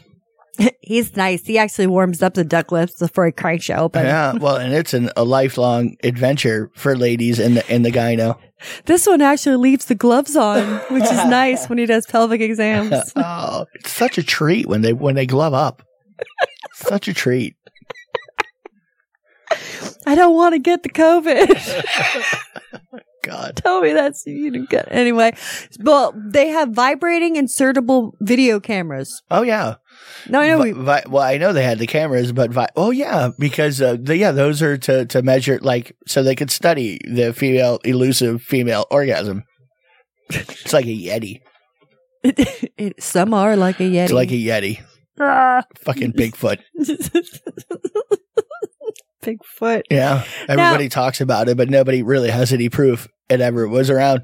Speaker 2: He's nice. He actually warms up the duck lips before he cranks you open.
Speaker 1: Yeah, well, and it's an, a lifelong adventure for ladies in the in the gyno.
Speaker 2: This one actually leaves the gloves on, which is nice when he does pelvic exams.
Speaker 1: Oh, it's such a treat when they when they glove up. such a treat.
Speaker 2: I don't want to get the COVID.
Speaker 1: God.
Speaker 2: Tell me that's you didn't get anyway. Well, they have vibrating insertable video cameras.
Speaker 1: Oh yeah.
Speaker 2: No, I know
Speaker 1: Vi-
Speaker 2: we.
Speaker 1: vi- well, I know they had the cameras, but vi- oh yeah, because uh, the, yeah, those are to to measure like so they could study the female elusive female orgasm. It's like a yeti.
Speaker 2: It- some are like a yeti.
Speaker 1: It's like a yeti. Fucking Bigfoot.
Speaker 2: Bigfoot.
Speaker 1: Yeah. Everybody talks about it, but nobody really has any proof it ever was around.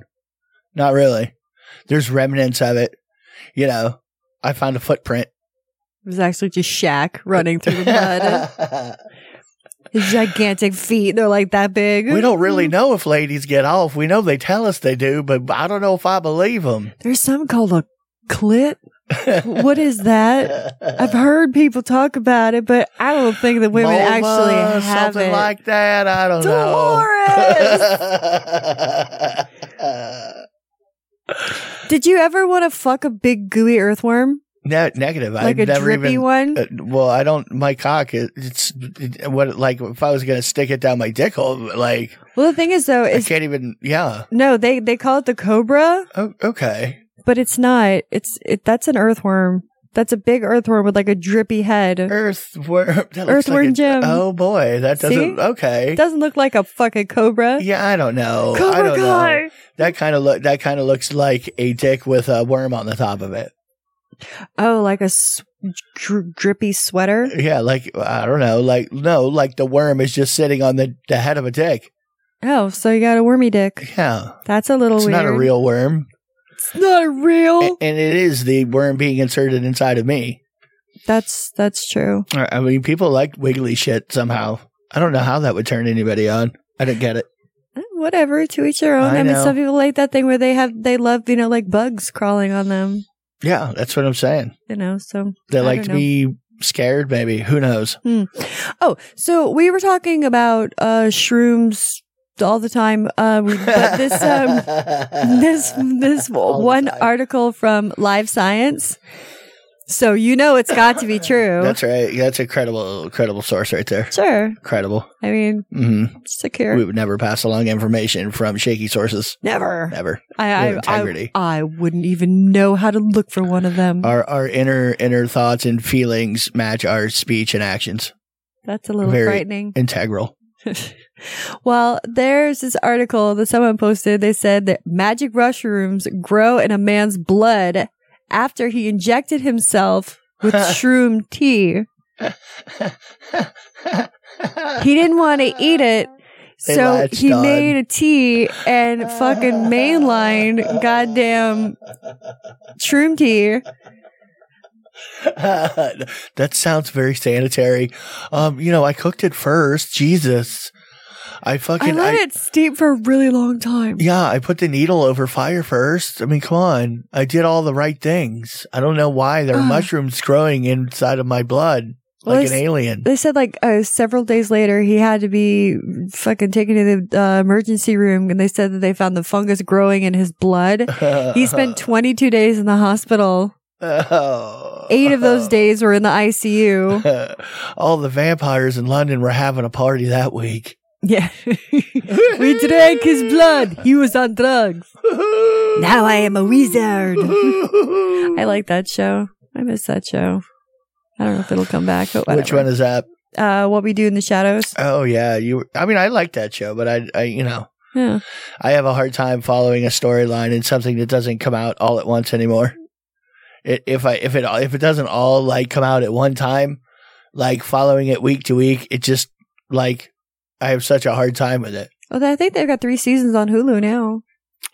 Speaker 1: Not really. There's remnants of it. You know, I found a footprint.
Speaker 2: It was actually just Shaq running through the mud. His gigantic feet. They're like that big.
Speaker 1: we don't really
Speaker 2: Mm-hmm.
Speaker 1: know if ladies get off. We know they tell us they do, but I don't know if I believe them.
Speaker 2: There's some called a clit. What is that? I've heard people talk about it, but I don't think that women actually have
Speaker 1: something
Speaker 2: it.
Speaker 1: like that. I don't know.
Speaker 2: Did you ever want to fuck a big gooey earthworm?
Speaker 1: no, negative.
Speaker 2: Like
Speaker 1: I've
Speaker 2: a
Speaker 1: never
Speaker 2: drippy
Speaker 1: even,
Speaker 2: one?
Speaker 1: Uh, well, I don't. My cock. It, it's it, what like if I was gonna stick it down my dick hole. Like
Speaker 2: Well, the thing is though,
Speaker 1: I
Speaker 2: is
Speaker 1: can't even. Yeah.
Speaker 2: no, they they call it the cobra,
Speaker 1: O- okay.
Speaker 2: but it's not. It's it, that's an earthworm. that's a big earthworm with like a drippy head.
Speaker 1: Earthworm. That looks
Speaker 2: Earthworm
Speaker 1: like a-
Speaker 2: Jim.
Speaker 1: Oh boy, that doesn't.
Speaker 2: See?
Speaker 1: Okay.
Speaker 2: It doesn't look like a fucking cobra.
Speaker 1: yeah, I don't know.
Speaker 2: Cobra
Speaker 1: I don't know.
Speaker 2: Kai.
Speaker 1: That kind of look. That kind of looks like a dick with a worm on the top of it.
Speaker 2: Oh, like a s- dri- drippy sweater.
Speaker 1: Yeah, like I don't know. Like no, like the worm is just sitting on the the head of a dick.
Speaker 2: Oh, so you got a wormy dick.
Speaker 1: Yeah,
Speaker 2: That's a little
Speaker 1: it's
Speaker 2: weird. Oh.
Speaker 1: not a real Eh, worm,
Speaker 2: It's not real.
Speaker 1: A- and it is the worm being inserted inside of me.
Speaker 2: that's that's true.
Speaker 1: I I mean, people like wiggly shit somehow. I don't know how that would turn anybody on. I don't get it.
Speaker 2: Eh, Whatever. To each their own.
Speaker 1: I
Speaker 2: I, mean,
Speaker 1: know.
Speaker 2: some people like that thing where they have they love you know like bugs crawling on them.
Speaker 1: Yeah, that's what I'm saying.
Speaker 2: You know, so
Speaker 1: They
Speaker 2: I
Speaker 1: like
Speaker 2: don't
Speaker 1: to
Speaker 2: know.
Speaker 1: be scared, maybe. Who knows?
Speaker 2: Hmm. Oh, so we were talking about uh shrooms all the time. Um, but this um this this
Speaker 1: All the
Speaker 2: one
Speaker 1: time.
Speaker 2: article from Live Science. So you know it's got to be true.
Speaker 1: That's right. That's a credible, credible source right there.
Speaker 2: sure.
Speaker 1: Credible.
Speaker 2: I mean,
Speaker 1: hmm
Speaker 2: secure.
Speaker 1: We would never pass along information from shaky sources.
Speaker 2: Never.
Speaker 1: Never.
Speaker 2: I,
Speaker 1: We have integrity.
Speaker 2: I, I wouldn't even know how to look for one of them.
Speaker 1: Our our inner inner thoughts and feelings match our speech and actions.
Speaker 2: That's a little
Speaker 1: very-
Speaker 2: frightening.
Speaker 1: Integral.
Speaker 2: well, there's this article that someone posted. They said that magic mushrooms grow in a man's blood after he injected himself with shroom tea. He didn't want to eat it.
Speaker 1: They
Speaker 2: So
Speaker 1: latched
Speaker 2: he
Speaker 1: on.
Speaker 2: made a tea and fucking mainlined goddamn shroom tea.
Speaker 1: that sounds very sanitary. Um, you know, I cooked it first. Jesus. I
Speaker 2: I
Speaker 1: fucking
Speaker 2: let it steep for a really long time.
Speaker 1: Yeah, I put the needle over fire first. I mean, come on. I did all the right things. I don't know why there are
Speaker 2: Ugh.
Speaker 1: mushrooms growing inside of my blood
Speaker 2: Well,
Speaker 1: like
Speaker 2: it's-
Speaker 1: an alien.
Speaker 2: They said like uh, several days later he had to be fucking taken to the uh, emergency room, and they said that they found the fungus growing in his blood. He spent 22 days in the hospital.
Speaker 1: Oh.
Speaker 2: Eight of those days were in the ICU.
Speaker 1: all the vampires in London were having a party that week.
Speaker 2: Yeah, we drank his blood. He was on drugs. Now I am a wizard. I like that show. I miss that show. I don't know if it'll come back, but whatever.
Speaker 1: Which one is that?
Speaker 2: Uh, what we do in the shadows?
Speaker 1: Oh yeah, you. I mean, I like that show, but I, I you know,
Speaker 2: Yeah.
Speaker 1: I have a hard time following a storyline and something that doesn't come out all at once anymore. It, if I if it if it doesn't all like come out at one time, like following it week to week, it just like I have such a hard time with it.
Speaker 2: Well, I think they've got three seasons on Hulu now.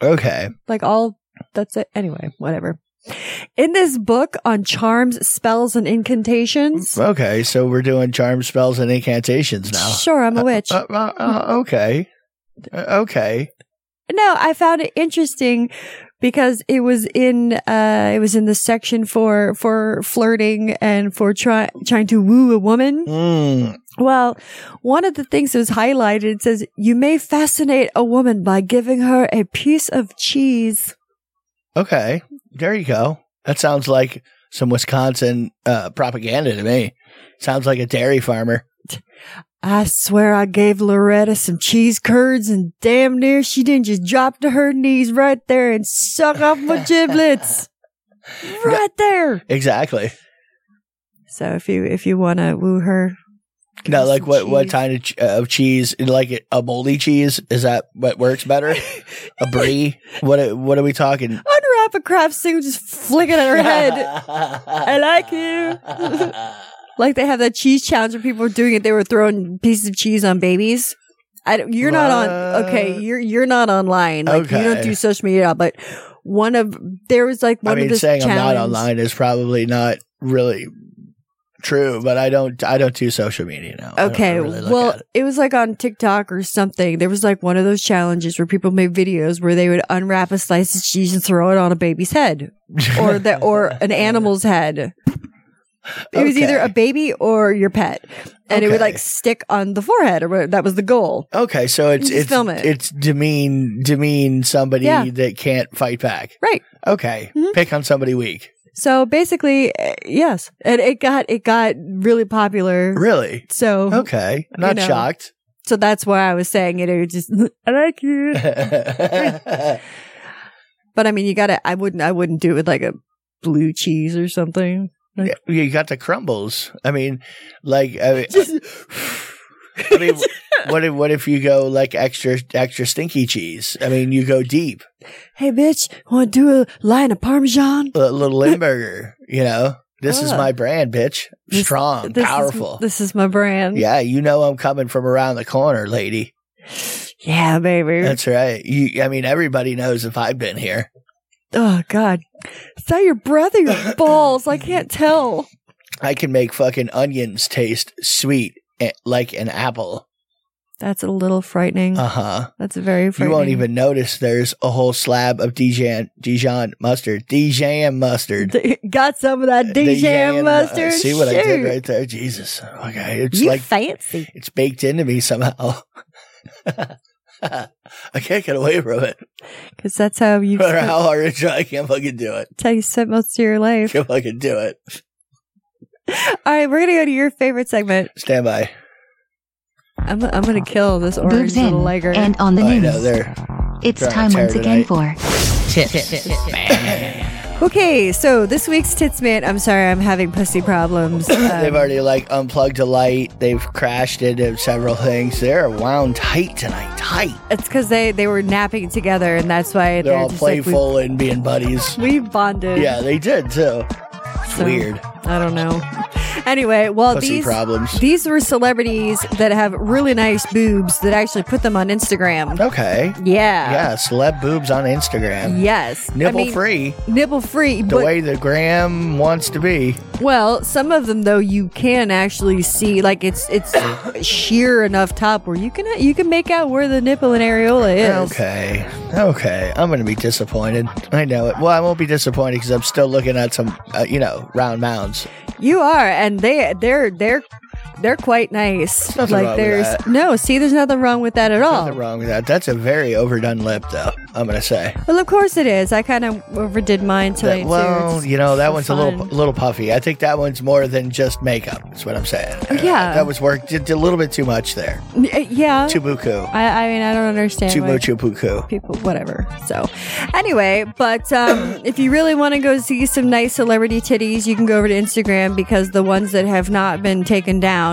Speaker 1: Okay,
Speaker 2: like all that's it anyway whatever in this book on charms spells and incantations
Speaker 1: okay, so we're doing charm spells and incantations now.
Speaker 2: sure i'm a witch
Speaker 1: Uh, uh, uh, okay, Uh, okay.
Speaker 2: no i found it interesting because it was in uh it was in the section for for flirting and for try, trying to woo a woman
Speaker 1: Mm,
Speaker 2: Well, one of the things that was highlighted it says you may fascinate a woman by giving her a piece of cheese.
Speaker 1: Okay, there you go. That sounds like some Wisconsin uh, propaganda to me. Sounds like a dairy farmer.
Speaker 2: I swear I gave Loretta some cheese curds and damn near she didn't just drop to her knees right there and suck off my giblets. Right there.
Speaker 1: Exactly.
Speaker 2: So if you if you wanna woo her. give
Speaker 1: Now,
Speaker 2: her
Speaker 1: like
Speaker 2: some
Speaker 1: what what
Speaker 2: cheese.
Speaker 1: kind of, ch- uh, of cheese? Like a moldy cheese? Is that what works better? a brie? What what are we talking?
Speaker 2: Unwrap a craft single, just flick it at her head. I like you. like they have that cheese challenge where people were doing it, they were throwing pieces of cheese on babies. I don't- you're not on okay,
Speaker 1: What?
Speaker 2: you're you're not online. Like you
Speaker 1: Okay.
Speaker 2: don't do social media, but one of there was like
Speaker 1: I
Speaker 2: one of
Speaker 1: mean,
Speaker 2: the
Speaker 1: saying I'm
Speaker 2: challenge-
Speaker 1: not online is probably not really true, but I don't I don't do social media now. I don't
Speaker 2: Okay.
Speaker 1: really look
Speaker 2: well,
Speaker 1: at it.
Speaker 2: it. was like on TikTok or something. There was like one of those challenges where people made videos where they would unwrap a slice of cheese and throw it on a baby's head or the or an animal's head. It was either a
Speaker 1: Okay.
Speaker 2: baby or your pet, and it would
Speaker 1: Okay.
Speaker 2: like stick on the forehead, or what- that was the goal.
Speaker 1: Okay, so it's
Speaker 2: Just
Speaker 1: it's
Speaker 2: film it.
Speaker 1: it's demean demean somebody
Speaker 2: Yeah.
Speaker 1: that can't fight back.
Speaker 2: Right.
Speaker 1: Okay,
Speaker 2: Mhm.
Speaker 1: pick on somebody weak.
Speaker 2: So basically, eh, yes, and it got it got really popular.
Speaker 1: Really?
Speaker 2: So
Speaker 1: Okay, not
Speaker 2: Mm-hmm. know.
Speaker 1: shocked.
Speaker 2: so that's why I was saying it. It was just I like you. But I mean, you gotta. I wouldn't. I wouldn't do it with like a blue cheese or something.
Speaker 1: Yeah, you got the crumbles. I mean, like, I mean, I mean, what if what if you go like extra extra stinky cheese? I mean, you go deep,
Speaker 2: Hey, bitch, want to do a line of Parmesan?
Speaker 1: a little Limburger. You know, this is
Speaker 2: Ah.
Speaker 1: my brand, bitch.
Speaker 2: This-
Speaker 1: Strong,
Speaker 2: This is-
Speaker 1: powerful.
Speaker 2: this is my brand.
Speaker 1: yeah, you know I'm coming from around the corner, lady.
Speaker 2: Yeah, baby.
Speaker 1: That's right. You, I mean, everybody knows if I've been here.
Speaker 2: oh, God. Is that your breath or your balls? I can't tell.
Speaker 1: I can make fucking onions taste sweet eh, like an apple.
Speaker 2: That's a little frightening.
Speaker 1: Uh huh.
Speaker 2: That's very
Speaker 1: You
Speaker 2: frightening.
Speaker 1: won't even notice there's a whole slab of Dijon Dijon mustard. Dijon mustard.
Speaker 2: D- Got some of that
Speaker 1: Dijon
Speaker 2: Dijon
Speaker 1: mu-
Speaker 2: mustard.
Speaker 1: uh, See what I did
Speaker 2: Shoot.
Speaker 1: right there? Jesus. Okay. It's
Speaker 2: You
Speaker 1: like
Speaker 2: fancy.
Speaker 1: it's baked into me somehow. I can't get away from it.
Speaker 2: Because that's how you
Speaker 1: No matter how hard I try, I can't fucking do it.
Speaker 2: that's how you spent most of your
Speaker 1: I
Speaker 2: life.
Speaker 1: can't fucking do it.
Speaker 2: All right, we're gonna go to your favorite segment.
Speaker 1: Stand by.
Speaker 2: I'm, I'm gonna kill this orange
Speaker 4: Boobs in
Speaker 2: little liger.
Speaker 4: and on the
Speaker 1: Oh, I
Speaker 4: news.
Speaker 1: know they're
Speaker 4: it's
Speaker 1: Trying to
Speaker 4: time
Speaker 1: tear
Speaker 4: once again for
Speaker 2: okay, so this week's tits man. I'm sorry, I'm having pussy problems.
Speaker 1: They've
Speaker 2: Um,
Speaker 1: already like unplugged a light. They've crashed into several things. They're wound tight tonight, tight.
Speaker 2: it's because they they were napping together, and that's why they're,
Speaker 1: They're all
Speaker 2: just like, we-
Speaker 1: playful and being buddies.
Speaker 2: we, bonded.
Speaker 1: Yeah, they did too. It's
Speaker 2: So,
Speaker 1: weird.
Speaker 2: I don't know. Anyway, well,
Speaker 1: Pussy
Speaker 2: these
Speaker 1: problems.
Speaker 2: these were celebrities that have really nice boobs that actually put them on Instagram.
Speaker 1: Okay.
Speaker 2: Yeah.
Speaker 1: Yeah, celeb boobs on Instagram.
Speaker 2: Yes. I
Speaker 1: Nipple
Speaker 2: mean,
Speaker 1: free,
Speaker 2: Nipple free.
Speaker 1: the
Speaker 2: but
Speaker 1: way the gram wants to be.
Speaker 2: Well, some of them though you can actually see like it's it's sheer enough top where you can you can make out where the nipple and areola is.
Speaker 1: Okay. Okay. I'm going to be disappointed. I know it. Well, I won't be disappointed because I'm still looking at some, uh, you know, round mounds.
Speaker 2: You are and they they're they're they're quite nice.
Speaker 1: nothing
Speaker 2: like
Speaker 1: wrong with
Speaker 2: there's
Speaker 1: that.
Speaker 2: no, see there's nothing wrong with that at all.
Speaker 1: Nothing wrong with that. That's a very overdone lip, though, I'm going to say.
Speaker 2: Well, of course it is. I kind of overdid mine
Speaker 1: That-
Speaker 2: tonight. too.
Speaker 1: well,
Speaker 2: It's
Speaker 1: you know that
Speaker 2: for
Speaker 1: one's a little
Speaker 2: fun.
Speaker 1: little puffy. I think that one's more than just makeup. That's what I'm saying. Uh,
Speaker 2: yeah.
Speaker 1: that was worked did a little bit too much there.
Speaker 2: Uh, Yeah.
Speaker 1: Chubuku,
Speaker 2: I, I mean, I don't understand. why-
Speaker 1: Chubu Chubuku.
Speaker 2: people, whatever. So, anyway, but um, if you really want to go see some nice celebrity titties, you can go over to Instagram because the ones that have not been taken down,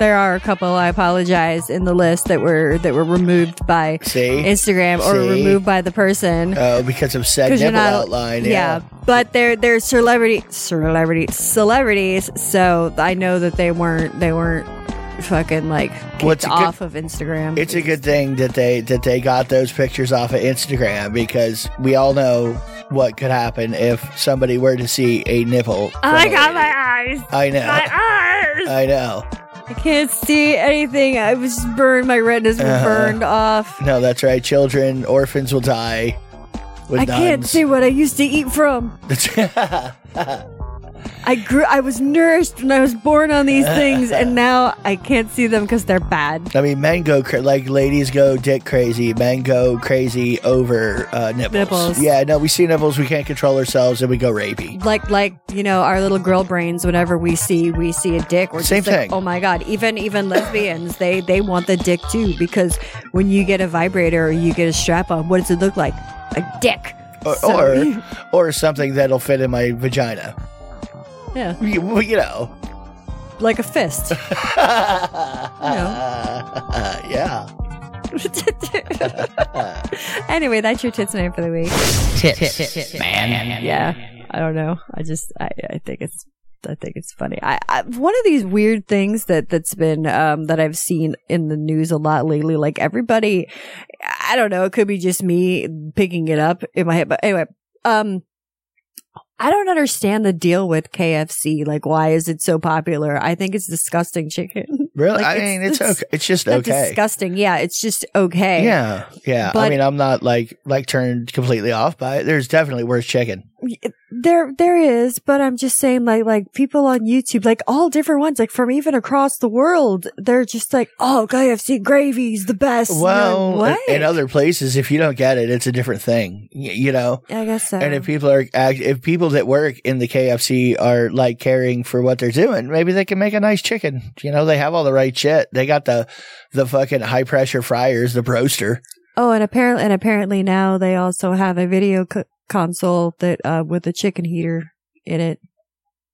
Speaker 2: there are a couple. I apologize in the list that were that were removed by
Speaker 1: See?
Speaker 2: Instagram or
Speaker 1: See?
Speaker 2: removed by the person.
Speaker 1: Oh, because of said
Speaker 2: Because
Speaker 1: nipple
Speaker 2: you're not
Speaker 1: outline.
Speaker 2: yeah.
Speaker 1: Yeah.
Speaker 2: but they're they're celebrity, celebrity, celebrities. So I know that they weren't they weren't fucking like kicked
Speaker 1: Well, it's a good-
Speaker 2: off of Instagram.
Speaker 1: It's a good thing that they that they got those pictures off of Instagram because we all know what could happen if somebody were to see a nipple.
Speaker 2: Oh my
Speaker 1: from a
Speaker 2: god,
Speaker 1: lady.
Speaker 2: my eyes,
Speaker 1: I know.
Speaker 2: my eyes.
Speaker 1: I know.
Speaker 2: I can't see anything. I was burned. My retinas were
Speaker 1: Uh-huh.
Speaker 2: burned off.
Speaker 1: No, that's right. Children, orphans will die. With
Speaker 2: I can't
Speaker 1: nuns.
Speaker 2: see what I used to eat from. I grew. I was nourished when I was born on these
Speaker 1: Uh-huh.
Speaker 2: things, and now I can't see them because they're bad.
Speaker 1: I mean, men go cra- like ladies go dick crazy, men go crazy over uh, nipples.
Speaker 2: Nipples.
Speaker 1: Yeah, no, we see nipples, we can't control ourselves, and we go rapey.
Speaker 2: Like, like you know, our little girl brains. Whenever we see, we see a dick. We're
Speaker 1: Same
Speaker 2: just like,
Speaker 1: thing.
Speaker 2: oh my god. Even even lesbians, they they want the dick too because when you get a vibrator or you get a strap on, what does it look like? A dick.
Speaker 1: Or,
Speaker 2: So-
Speaker 1: or, or something that'll fit in my vagina.
Speaker 2: yeah,
Speaker 1: You, well, you know.
Speaker 2: like a fist.
Speaker 1: yeah.
Speaker 2: anyway, that's your tits name for the week. Tits, man. Yeah, I don't know. I just, I, I think it's, I think it's funny. I, I one of these weird things that that's been um that I've seen in the news a lot lately. Like everybody, I don't know. It could be just me picking it up in my head, but anyway, um. I don't understand the deal with KFC. Like, why is it so popular? I think it's disgusting chicken.
Speaker 1: Really?
Speaker 2: Like,
Speaker 1: I
Speaker 2: it's-
Speaker 1: mean, it's,
Speaker 2: it's-
Speaker 1: okay. It's just
Speaker 2: Not
Speaker 1: okay.
Speaker 2: Disgusting. Yeah, it's just okay.
Speaker 1: Yeah, yeah. I
Speaker 2: But-
Speaker 1: mean, I'm not like like turned completely off by it. There's definitely worse chicken.
Speaker 2: there there is but i'm just saying like like people on youtube like all different ones like from even across the world they're just like oh kfc gravy's the best And you're like,
Speaker 1: Well, uh, in-
Speaker 2: what?
Speaker 1: in other places, if you don't get it, it's a different thing. Y- you know.
Speaker 2: i guess so
Speaker 1: And if people are act- if people that work in the KFC are like caring for what they're doing, maybe they can make a nice chicken. You know, they have all the right shit. They got the the fucking high pressure fryers, the broaster.
Speaker 2: oh and apparently and apparently now they also have a video co- console that uh with a chicken heater in it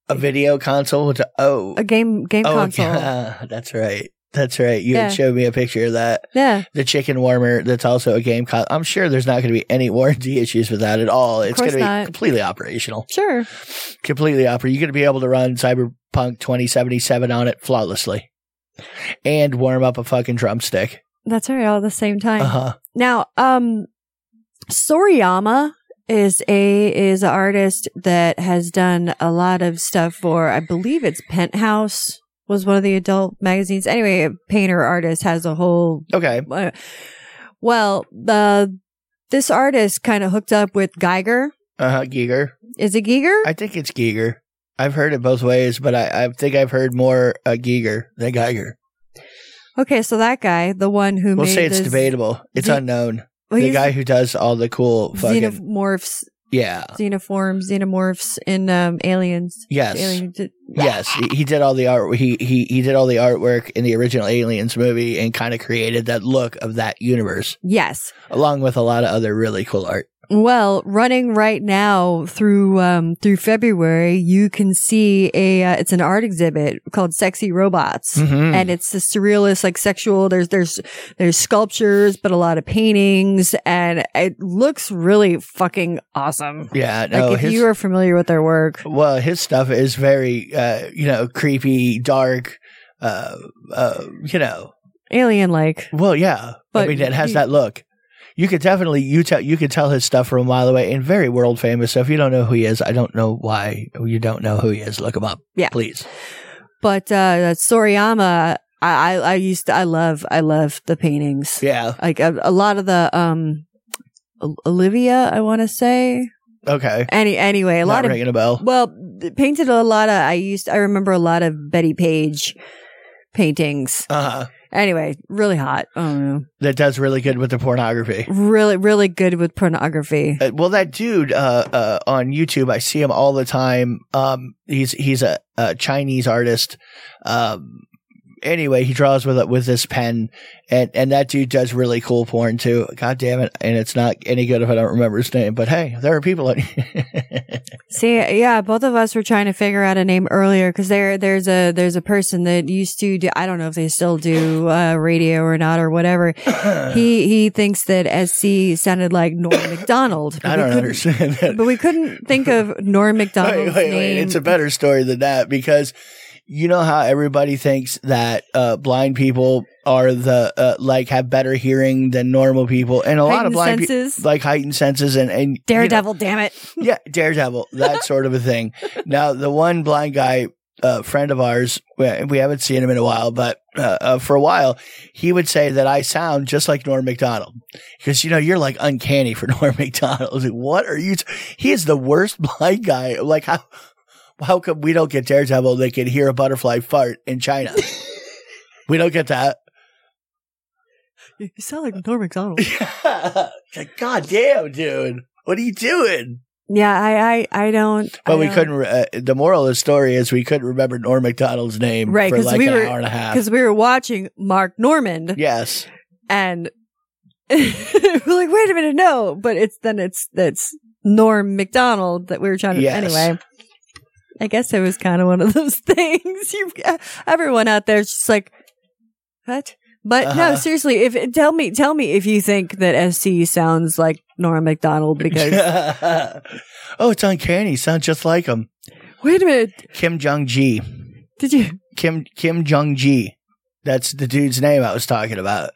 Speaker 1: a video console with a, oh
Speaker 2: a game game
Speaker 1: oh
Speaker 2: console.
Speaker 1: yeah, that's right that's right you had
Speaker 2: Yeah.
Speaker 1: showed me a picture of that
Speaker 2: Yeah,
Speaker 1: the chicken warmer that's also a game con- I'm sure there's not going to be any warranty issues with that at all it's going
Speaker 2: course
Speaker 1: to be
Speaker 2: not.
Speaker 1: completely operational
Speaker 2: sure.
Speaker 1: completely opera you're going to be able to run Cyberpunk 2077 on it flawlessly and warm up a fucking drumstick
Speaker 2: That's all right. All at the same time.
Speaker 1: uh-huh
Speaker 2: Now, um, Soriyama is a is an artist that has done a lot of stuff for I believe it's Penthouse was one of the adult magazines. Anyway, a painter artist has a whole
Speaker 1: okay
Speaker 2: uh, well, the this artist kind of hooked up with Geiger.
Speaker 1: uh-huh Giger
Speaker 2: Is it Geiger?
Speaker 1: I think it's Giger. I've heard it both ways, but I, I think I've heard more uh, Giger than Geiger.
Speaker 2: okay, so that guy, the one who
Speaker 1: We'll
Speaker 2: made
Speaker 1: say it's
Speaker 2: this-
Speaker 1: debatable. It's
Speaker 2: Ze-
Speaker 1: unknown.
Speaker 2: well,
Speaker 1: the
Speaker 2: he's
Speaker 1: guy who does all the cool fucking
Speaker 2: xenomorphs,
Speaker 1: yeah,
Speaker 2: xenoforms, xenomorphs in um, aliens.
Speaker 1: yes,
Speaker 2: Alien-
Speaker 1: yes. He, he did all the art. He he he did all the artwork in the original Aliens movie and kind of created that look of that universe,
Speaker 2: Yes.
Speaker 1: along with a lot of other really cool art.
Speaker 2: Well, running right now through um, through February, you can see a uh, it's an art exhibit called "Sexy Robots,"
Speaker 1: Mhm.
Speaker 2: and it's the surrealist, like sexual. There's there's there's sculptures, but a lot of paintings, and it looks really fucking awesome.
Speaker 1: Yeah, no,
Speaker 2: Like if
Speaker 1: his-
Speaker 2: you are familiar with their work,
Speaker 1: well his stuff is very uh, you know creepy, dark, uh, uh, you know
Speaker 2: alien like.
Speaker 1: Well, yeah, I
Speaker 2: But
Speaker 1: mean, it has
Speaker 2: he-
Speaker 1: that look. You could definitely you tell you could tell his stuff from a mile away and very world famous. So if you don't know who he is, I don't know why you don't know who he is. Look him up,
Speaker 2: Yeah.
Speaker 1: please.
Speaker 2: But uh, Soriyama, I, I I used to I love I love the paintings.
Speaker 1: Yeah.
Speaker 2: Like a, a lot of the um, O- Olivia, I want to say.
Speaker 1: Okay.
Speaker 2: Any anyway, a
Speaker 1: Not
Speaker 2: lot of
Speaker 1: ringing a bell.
Speaker 2: well th- painted a lot of. I used I remember a lot of Betty Page paintings.
Speaker 1: Uh huh.
Speaker 2: Anyway, really hot. Oh,
Speaker 1: That does really good with the pornography.
Speaker 2: really really good with pornography.
Speaker 1: Uh, well, that dude uh, uh, on YouTube, I see him all the time. Um, he's he's a, a Chinese artist. Um, anyway, he draws with with this pen, and and that dude does really cool porn too. God damn it! And it's not any good if I don't remember his name. But hey, there are people. That
Speaker 2: See, yeah, both of us were trying to figure out a name earlier because there there's a there's a person that used to do I don't know if they still do uh, radio or not or whatever. he he thinks that SC sounded like Norm McDonald. but
Speaker 1: I don't
Speaker 2: we couldn't-
Speaker 1: understand that.
Speaker 2: But we couldn't think of Norm McDonald's name.
Speaker 1: It's a better story than that because you know how everybody thinks that uh, blind people are the uh, like have better hearing than normal people, and a lot of
Speaker 2: Heightened
Speaker 1: blind people
Speaker 2: senses.
Speaker 1: like heightened senses and and you know-
Speaker 2: Daredevil, damn it.
Speaker 1: yeah, Daredevil, that sort of a thing. Now, the one blind guy, uh, friend of ours, we, we haven't seen him in a while, but uh, uh, for a while, he would say that I sound just like Norm McDonald because you know you're like uncanny for Norm McDonald. I was like, what are you? T-? He is the worst blind guy. Like how? How come we don't get Daredevil that can hear a butterfly fart in China? we don't get that.
Speaker 2: You sound like Norm McDonald.
Speaker 1: Like, God damn, dude. What are you doing?
Speaker 2: yeah, I, I, I don't.
Speaker 1: But
Speaker 2: I
Speaker 1: we
Speaker 2: don't-
Speaker 1: couldn't. re- Uh, the moral of the story is we couldn't remember Norm Macdonald's name
Speaker 2: Right,
Speaker 1: for
Speaker 2: 'cause
Speaker 1: like
Speaker 2: we
Speaker 1: an
Speaker 2: were-
Speaker 1: hour and a half.
Speaker 2: because we were watching Mark Norman
Speaker 1: Yes,
Speaker 2: and we're like, wait a minute, no. But it's then it's that's Norm McDonald that we were trying to.
Speaker 1: Yes.
Speaker 2: Anyway, I guess it was kind of one of those things. You, everyone out there is just like, what? But
Speaker 1: Uh-huh.
Speaker 2: no, seriously, if tell me, tell me if you think that SC sounds like Norm McDonald because
Speaker 1: oh, it's uncanny. Sound just like him.
Speaker 2: wait a minute,
Speaker 1: Kim Jong Ji.
Speaker 2: did you?
Speaker 1: Kim Kim Jong Ji. That's the dude's name I was talking about.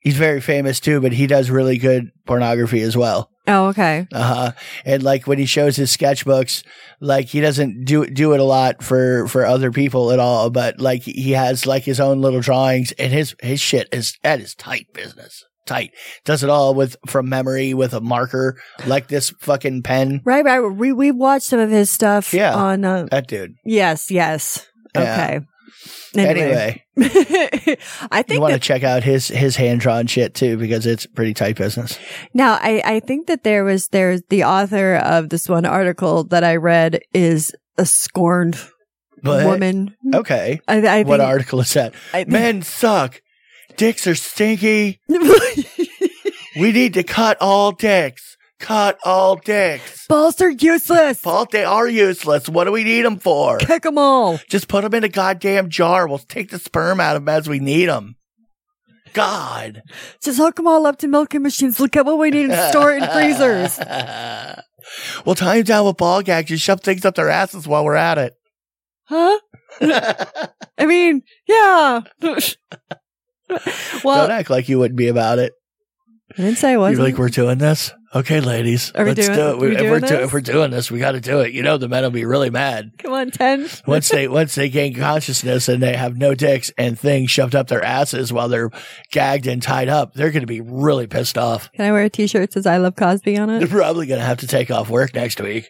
Speaker 1: He's very famous too, but he does really good pornography as well.
Speaker 2: Oh, okay.
Speaker 1: Uh-huh. And like when he shows his sketchbooks, like he doesn't do do it a lot for for other people at all, but like he has like his own little drawings and his his shit is that is tight business. Tight. Does it all with from memory with a marker like this fucking pen.
Speaker 2: Right, right. We we watched some of his stuff.
Speaker 1: Yeah.
Speaker 2: On uh,
Speaker 1: That dude.
Speaker 2: yes, yes.
Speaker 1: Yeah.
Speaker 2: Okay.
Speaker 1: Anyway,
Speaker 2: I
Speaker 1: you
Speaker 2: think
Speaker 1: want to
Speaker 2: that,
Speaker 1: check out his his hand drawn shit too because it's pretty tight business.
Speaker 2: now I, I think that there was there's the author of this one article that I read is a scorned
Speaker 1: But
Speaker 2: woman.
Speaker 1: okay,
Speaker 2: I, I think,
Speaker 1: what article is that?
Speaker 2: I-
Speaker 1: Men suck. Dicks are stinky. We need to cut all dicks. Cut all dicks.
Speaker 2: Balls are useless.
Speaker 1: Paul, they are useless. What do we need them for?
Speaker 2: Kick them all.
Speaker 1: Just put them in a goddamn jar. We'll take the sperm out of them as we need them. God.
Speaker 2: Just hook them all up to milking machines. Look at what we need and store it in freezers.
Speaker 1: We'll tie them down with ball gags and shove things up their asses while we're at it.
Speaker 2: Huh? I mean, yeah. well,
Speaker 1: Don't act like you wouldn't be about it.
Speaker 2: I didn't say I
Speaker 1: You're
Speaker 2: wasn't.
Speaker 1: like, we're doing this? Okay, ladies.
Speaker 2: Are we
Speaker 1: let's
Speaker 2: doing-
Speaker 1: do it.
Speaker 2: we
Speaker 1: if,
Speaker 2: doing
Speaker 1: we're do-
Speaker 2: this?
Speaker 1: if we're doing this, we got to do it. You know, the men will be really mad.
Speaker 2: Come on, 10.
Speaker 1: Once they once they gain consciousness and they have no dicks and things shoved up their asses while they're gagged and tied up, they're going to be really pissed off.
Speaker 2: Can I wear a t shirt that says I love Cosby on
Speaker 1: They're
Speaker 2: it?
Speaker 1: probably going to have to take off work next week.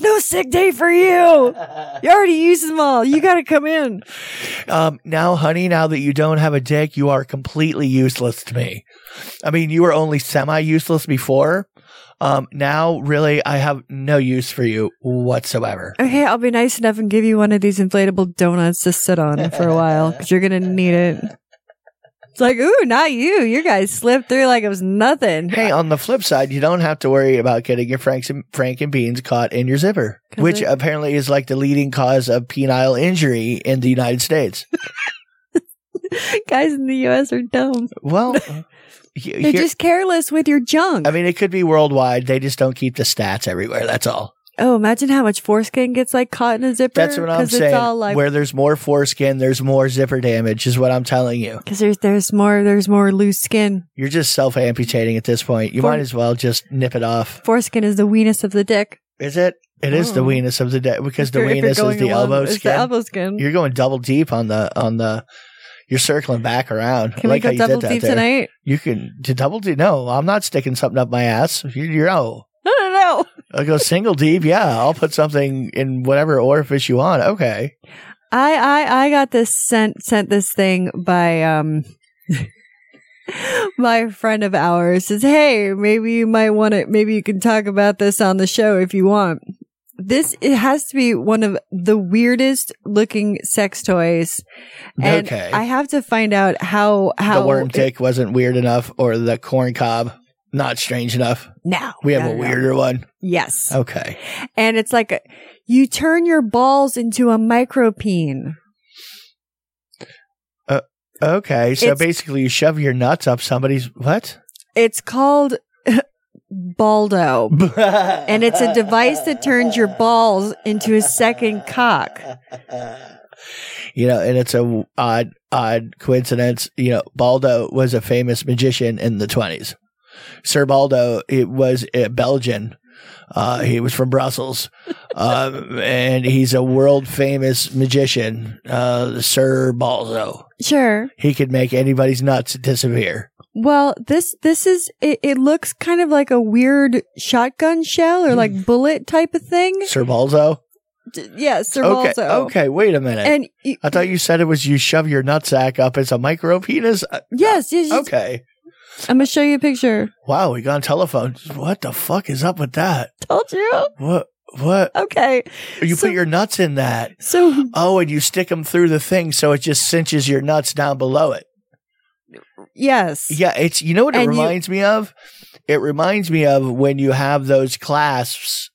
Speaker 2: no sick day for you. You already used them all. You got to come in.
Speaker 1: Um, now, honey, now that you don't have a dick, you are completely useless to me. I mean, you were only semi useless before. Um, now, really, I have no use for you whatsoever.
Speaker 2: Okay, I'll be nice enough and give you one of these inflatable donuts to sit on for a while because you're gonna need it. It's like, ooh, not you. You guys slipped through like it was nothing.
Speaker 1: Hey, on the flip side, you don't have to worry about getting your Franks and Frank and beans caught in your zipper,
Speaker 2: 'Cause
Speaker 1: which
Speaker 2: it-
Speaker 1: apparently is like the leading cause of penile injury in the United States.
Speaker 2: guys in the U.S. are dumb.
Speaker 1: Well, y-
Speaker 2: They're
Speaker 1: here-
Speaker 2: just careless with your junk.
Speaker 1: I mean, it could be worldwide. They just don't keep the stats everywhere. That's all.
Speaker 2: oh, imagine how much foreskin gets like caught in a zipper.
Speaker 1: That's what I'm
Speaker 2: 'cause
Speaker 1: saying.
Speaker 2: It's all like
Speaker 1: Where there's more foreskin, there's more zipper damage, is what I'm telling you.
Speaker 2: because there's there's more there's more loose skin.
Speaker 1: You're just self amputating at this point. You
Speaker 2: For-
Speaker 1: might as well just nip it off.
Speaker 2: Foreskin is the weenus of the dick.
Speaker 1: Is it? It is the
Speaker 2: Oh.
Speaker 1: weenus of the day because
Speaker 2: If
Speaker 1: the
Speaker 2: you're- if you're
Speaker 1: weenus is
Speaker 2: going
Speaker 1: the
Speaker 2: along-
Speaker 1: elbow
Speaker 2: it's
Speaker 1: skin.
Speaker 2: The elbow skin.
Speaker 1: You're going double deep on the on the. You're circling back around.
Speaker 2: Can
Speaker 1: I like
Speaker 2: we go
Speaker 1: how you
Speaker 2: double
Speaker 1: did that
Speaker 2: deep
Speaker 1: there.
Speaker 2: tonight?
Speaker 1: You can to double deep. No, I'm not sticking something up my ass. You, you're out.
Speaker 2: No, no, no.
Speaker 1: I'll go single deep. Yeah, I'll put something in whatever orifice you want. Okay.
Speaker 2: I I I got this sent sent this thing by um my friend of ours says, "Hey, maybe you might want to maybe you can talk about this on the show if you want." This it has to be one of the weirdest looking sex toys. And
Speaker 1: Okay.
Speaker 2: I have to find out how how
Speaker 1: the worm dick wasn't weird enough, or the corn cob not strange enough.
Speaker 2: now.
Speaker 1: We have a Oh. weirder one.
Speaker 2: Yes.
Speaker 1: Okay.
Speaker 2: And it's like a, you turn your balls into a micropene.
Speaker 1: Okay. So
Speaker 2: It's-
Speaker 1: basically, you shove your nuts up somebody's what?
Speaker 2: It's called Baldo.
Speaker 1: and
Speaker 2: and it's a device that turns your balls into a second cock.
Speaker 1: You know, and it's a odd, odd coincidence. You know, Baldo was a famous magician in the twenties. Sir Baldo, it was a Belgian. Uh, he was from Brussels, um, and he's a world famous magician, uh, Sir Baldo.
Speaker 2: Sure.
Speaker 1: He could make anybody's nuts disappear.
Speaker 2: Well, this this is it, it looks kind of like a weird shotgun shell or
Speaker 1: Hmm.
Speaker 2: like bullet type of thing.
Speaker 1: Sir Baldo.
Speaker 2: D- Yes, or
Speaker 1: Okay,
Speaker 2: also.
Speaker 1: okay. Wait a minute.
Speaker 2: And y-
Speaker 1: I thought you said it was you shove your nutsack up as a micro penis. Uh,
Speaker 2: yes, yes, yes.
Speaker 1: Okay.
Speaker 2: I'm gonna show you a picture.
Speaker 1: Wow, we got on telephone. What the fuck is up with that?
Speaker 2: Told you.
Speaker 1: What? What?
Speaker 2: Okay.
Speaker 1: You
Speaker 2: so-
Speaker 1: put your nuts in that.
Speaker 2: So
Speaker 1: Oh, and you stick them through the thing, so it just cinches your nuts down below it.
Speaker 2: yes.
Speaker 1: Yeah, it's you know what it
Speaker 2: And you-
Speaker 1: reminds me of. It reminds me of when you have those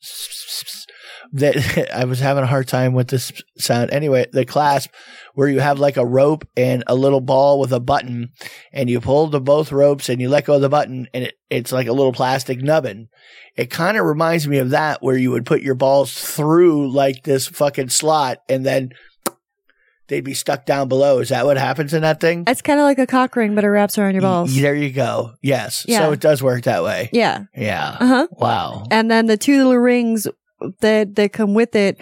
Speaker 1: clasps that I was having a hard time with this sound. Anyway, the clasp where you have like a rope and a little ball with a button, and you pull the both ropes and you let go of the button, and it, it's like a little plastic nubbin. It kind of reminds me of that where you would put your balls through like this fucking slot, and then they'd be stuck down below. Is that what happens in that thing?
Speaker 2: It's kind of like a cock ring, but it wraps around your balls.
Speaker 1: Y- There you go. Yes.
Speaker 2: Yeah.
Speaker 1: So it does work that way.
Speaker 2: yeah.
Speaker 1: Yeah.
Speaker 2: Uh huh.
Speaker 1: Wow.
Speaker 2: and then the two little rings that that come with it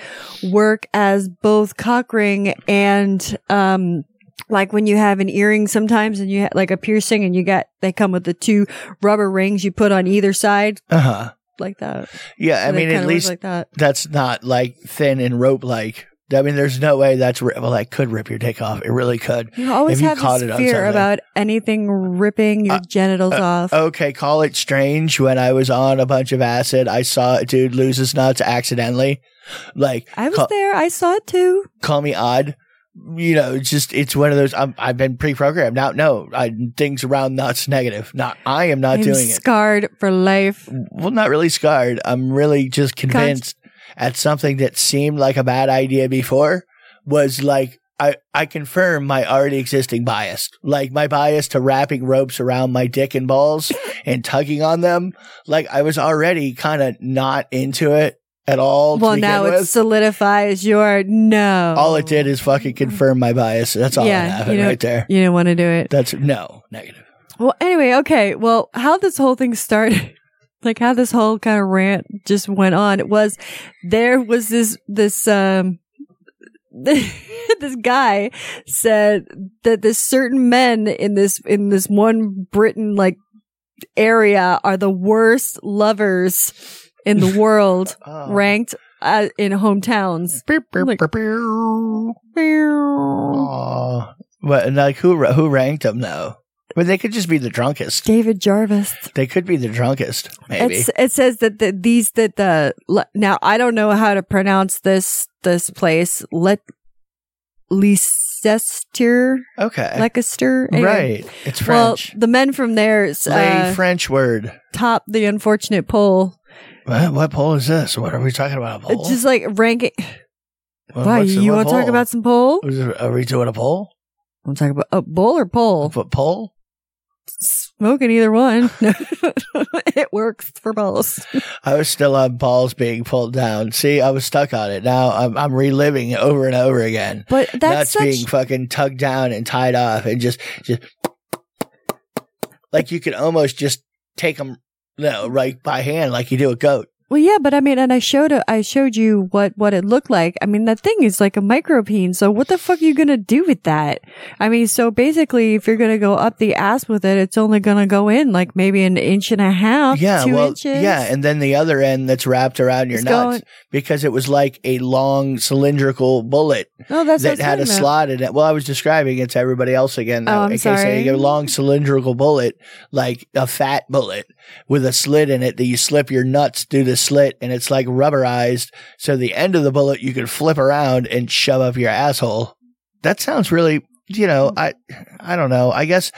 Speaker 2: work as both cock ring and um like when you have an earring sometimes and you ha- like a piercing and you got they come with the two rubber rings you put on either side
Speaker 1: Uh huh.
Speaker 2: like that
Speaker 1: Yeah. I
Speaker 2: They
Speaker 1: mean,
Speaker 2: kinda
Speaker 1: at
Speaker 2: look
Speaker 1: least
Speaker 2: like that
Speaker 1: that's not like thin and rope like. I mean, there's no way that's ri- well, that could rip your dick off. It really could.
Speaker 2: you always
Speaker 1: If you
Speaker 2: have
Speaker 1: caught
Speaker 2: this
Speaker 1: it on
Speaker 2: fear
Speaker 1: something.
Speaker 2: about anything ripping your
Speaker 1: Uh,
Speaker 2: genitals off
Speaker 1: Okay, call it strange. When I was on a bunch of acid, I saw a dude lose his nuts accidentally. Like,
Speaker 2: i was
Speaker 1: ca-
Speaker 2: there i saw it too
Speaker 1: call me odd, you know, it's just it's one of those. I'm, I've been pre-programmed. Now, no, I, things around nuts negative. Not I am not
Speaker 2: I'm
Speaker 1: doing it.
Speaker 2: scarred for life.
Speaker 1: Well, not really scarred. I'm really just convinced at something that seemed like a bad idea before was like I I confirm my already existing bias. Like my bias to wrapping ropes around my dick and balls and tugging on them. Like I was already kind of not into it at all. to
Speaker 2: Well,
Speaker 1: begin
Speaker 2: now it
Speaker 1: with.
Speaker 2: solidifies your no.
Speaker 1: all it did is fucking confirm my bias. That's all
Speaker 2: Yeah,
Speaker 1: that happened
Speaker 2: you know-
Speaker 1: right there.
Speaker 2: You don't want to do it.
Speaker 1: That's no negative.
Speaker 2: Well, anyway, okay. Well, how this whole thing started, like how this whole kind of rant just went on was there was this, this, um, this guy said that this certain men in this, in this one Britain like area are the worst lovers in the world
Speaker 1: Oh.
Speaker 2: ranked uh, in hometowns. Like-
Speaker 1: Aw. But and, like who ra- who ranked them though? But they could just be the drunkest.
Speaker 2: David Jarvis.
Speaker 1: They could be the drunkest. Maybe
Speaker 2: It's, it says that the, these that the le- now I don't know how to pronounce this this place let Leicester
Speaker 1: okay.
Speaker 2: Leicester anyway.
Speaker 1: Uh, right. It's French.
Speaker 2: Well, the men from there uh,
Speaker 1: Lay French word.
Speaker 2: top the unfortunate poll.
Speaker 1: What, what poll is this? What are we talking about? A poll?
Speaker 2: It's just like ranking.
Speaker 1: What-
Speaker 2: wow,
Speaker 1: what's-
Speaker 2: you
Speaker 1: what
Speaker 2: want to talk
Speaker 1: poll? Uh,
Speaker 2: about some poll?
Speaker 1: Is it- Are we doing a poll?
Speaker 2: I'm talking about a bowl or poll.
Speaker 1: What poll?
Speaker 2: Smoking either one. it works for both.
Speaker 1: I was still on balls being pulled down. See, I was stuck on it. Now I'm I'm reliving it over and over again.
Speaker 2: But that's
Speaker 1: nuts
Speaker 2: such
Speaker 1: being fucking tugged down and tied off and just just like you could almost just take them you know, right by hand like you do a goat.
Speaker 2: Well, yeah, but I mean, and I showed a, I showed you what what it looked like. I mean, that thing is like a micropene. So what the fuck are you gonna do with that? I mean, so basically, if you're gonna go up the ass with it, it's only gonna go in like maybe an inch and a half,
Speaker 1: yeah,
Speaker 2: two
Speaker 1: well,
Speaker 2: inches.
Speaker 1: yeah, and then the other end that's wrapped around your
Speaker 2: It's
Speaker 1: nuts
Speaker 2: going-
Speaker 1: because it was like a long cylindrical bullet
Speaker 2: no, Oh, that's
Speaker 1: that had a
Speaker 2: slot.
Speaker 1: slot in it. Well, I was describing it to everybody else again.
Speaker 2: Oh,
Speaker 1: though,
Speaker 2: I'm
Speaker 1: in
Speaker 2: sorry.
Speaker 1: Case I, a long cylindrical bullet, like a fat bullet with a slit in it that you slip your nuts through the slit and it's like rubberized. So the end of the bullet you can flip around and shove up your asshole. That sounds really, you know, I, I don't know. I guess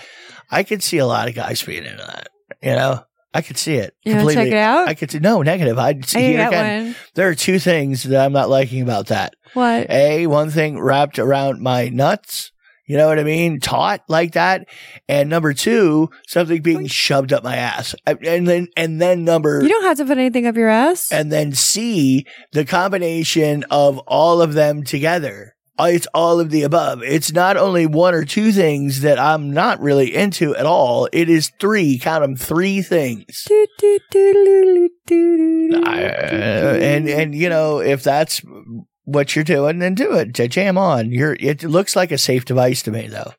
Speaker 1: I could see a lot of guys being into that. You know, I could see it
Speaker 2: You wanna
Speaker 1: completely.
Speaker 2: check it out?
Speaker 1: I could see no negative. I'd see
Speaker 2: I
Speaker 1: here
Speaker 2: got
Speaker 1: again.
Speaker 2: one.
Speaker 1: There are two things that I'm not liking about that.
Speaker 2: What?
Speaker 1: A, one thing wrapped around my nuts. You know what I mean? Taut like that. And number two, something being shoved up my ass. And then, and then number,
Speaker 2: You don't have to put anything up your ass.
Speaker 1: and then C, the combination of all of them together. Uh, It's all of the above. It's not only one or two things that I'm not really into at all. It is three, count them, three things.
Speaker 2: Do, do, do, do, do, do, do,
Speaker 1: I- uh,
Speaker 2: do, do.
Speaker 1: and and you know if that's what you're doing, then do it. J- Jam on. You're. It looks like a safe device to me, though.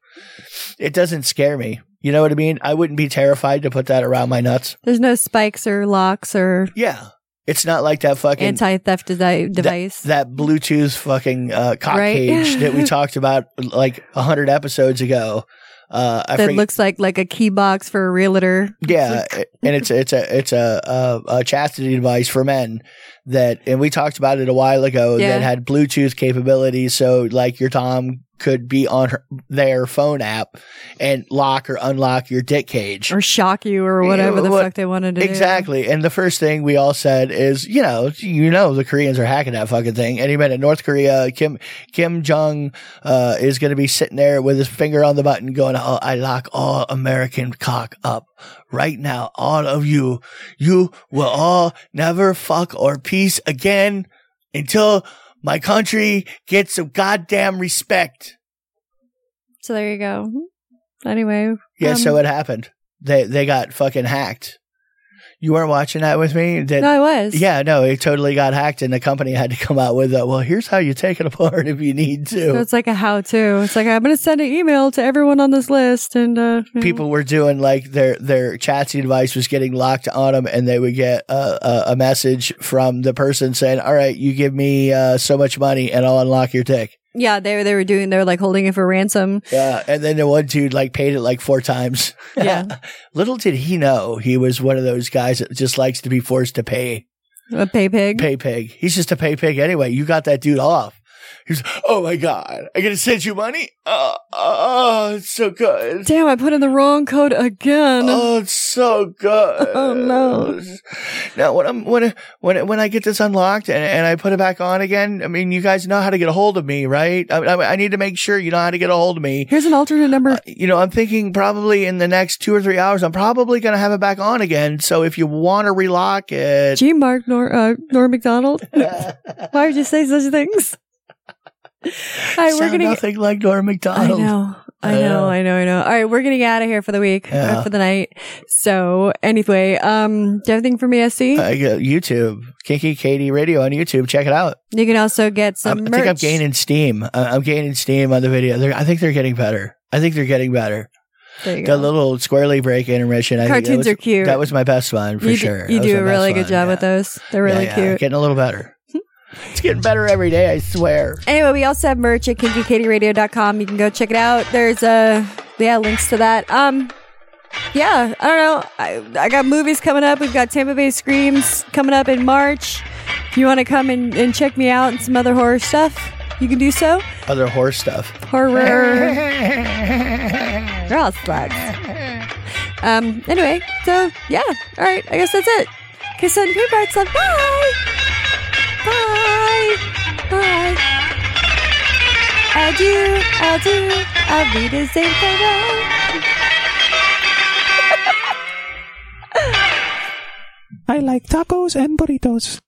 Speaker 1: It doesn't scare me. You know what I mean? I wouldn't be terrified to put that around my nuts.
Speaker 2: there's no spikes or locks or
Speaker 1: Yeah, it's not like that fucking
Speaker 2: anti theft device.
Speaker 1: that Bluetooth fucking uh, cock
Speaker 2: Right?
Speaker 1: cage that we talked about like a hundred episodes ago. Uh, I
Speaker 2: that
Speaker 1: forget-
Speaker 2: looks like like a key box for a realtor.
Speaker 1: Yeah, and it's it's a it's a, a a chastity device for men that, and we talked about it a while ago
Speaker 2: Yeah.
Speaker 1: that had Bluetooth capabilities, so like your Tom could be on her, their phone app and lock or unlock your dick cage.
Speaker 2: or shock you or whatever the
Speaker 1: what-
Speaker 2: fuck they wanted to do.
Speaker 1: Exactly. And the first thing we all said is, you know, you know, the Koreans are hacking that fucking thing. Any minute, North Korea, Kim, Kim Jong, uh, is going to be sitting there with his finger on the button going, oh, I lock all American cock up right now. All of you, you will all never fuck or peace again until my country gets some goddamn respect.
Speaker 2: So there you go. Anyway,
Speaker 1: Yeah.
Speaker 2: Um,
Speaker 1: so it happened. They, they got fucking hacked. You weren't watching that with me? That,
Speaker 2: no, I was.
Speaker 1: Yeah, no, it totally got hacked, and the company had to come out with, a, well, here's how you take it apart if you need
Speaker 2: So
Speaker 1: to.
Speaker 2: it's like a how to. It's like I'm going to send an email to everyone on this list and uh, you know.
Speaker 1: People were doing like their their chassis device was getting locked on them, and they would get a, a, a message from the person saying, "All right, you give me uh, so much money, and I'll unlock your dick."
Speaker 2: Yeah, they were they were doing they were like holding it for ransom.
Speaker 1: Yeah, and then the one dude like paid it like four times.
Speaker 2: Yeah,
Speaker 1: Little did he know he was one of those guys that just likes to be forced to pay
Speaker 2: a pay pig.
Speaker 1: pay pig. He's just a pay pig anyway. You got that dude off. He's, oh my God, I gotta send you money? Oh, oh, it's so good.
Speaker 2: Damn, I put in the wrong code again.
Speaker 1: Oh, it's so good.
Speaker 2: Oh, no.
Speaker 1: Now when I'm when when when I get this unlocked and, and I put it back on again, I mean, you guys know how to get a hold of me, right? I, I, I need to make sure you know how to get a hold of me.
Speaker 2: Here's an alternate number.
Speaker 1: You know, I'm thinking probably in the next two or three hours, I'm probably gonna have it back on again. So if you want to relock it, uh,
Speaker 2: G Mark Nor uh, Norm McDonald. Why would you say such things? All right, we're
Speaker 1: sound
Speaker 2: gonna.
Speaker 1: nothing like Norm
Speaker 2: I
Speaker 1: Macdonald.
Speaker 2: know. I
Speaker 1: I
Speaker 2: know,
Speaker 1: know.
Speaker 2: I know, I know. All right, we're getting out of here for the week,
Speaker 1: Yeah.
Speaker 2: or for the night. So, anyway, um, do you have anything for me, SC?
Speaker 1: I got Uh, YouTube, Kinky Katie Radio on YouTube. Check it out.
Speaker 2: you can also get some
Speaker 1: I'm- I
Speaker 2: merch.
Speaker 1: think I'm gaining steam. I- I'm gaining steam on the video. They're, I think they're getting better. I think they're getting better.
Speaker 2: There you
Speaker 1: The
Speaker 2: go.
Speaker 1: little squirrely break intermission. I think that
Speaker 2: Cartoons
Speaker 1: was-
Speaker 2: are cute.
Speaker 1: That was my best one for
Speaker 2: you d-
Speaker 1: sure.
Speaker 2: you
Speaker 1: That was
Speaker 2: do
Speaker 1: my
Speaker 2: a
Speaker 1: best
Speaker 2: really good
Speaker 1: one,
Speaker 2: job
Speaker 1: yeah.
Speaker 2: with those. They're
Speaker 1: Yeah,
Speaker 2: really
Speaker 1: yeah,
Speaker 2: cute.
Speaker 1: Getting a little better. it's getting better every day. I swear.
Speaker 2: Anyway, we also have merch at kinkykatyradio.com. You can go check it out. There's uh, yeah, links to that. Um, yeah, I don't know. I, I got movies coming up. We've got Tampa Bay Screams coming up in March. If you want to come and, and check me out and some other horror stuff, you can do so.
Speaker 1: Other horse stuff.
Speaker 2: Horror. Girl sluts. Um, anyway, so yeah. All right, I guess that's it. Kiss and paper. It's love. Bye. Bye. Bye. Adieu, adieu, auf Wiedersehen, farewell.
Speaker 9: I like tacos and burritos.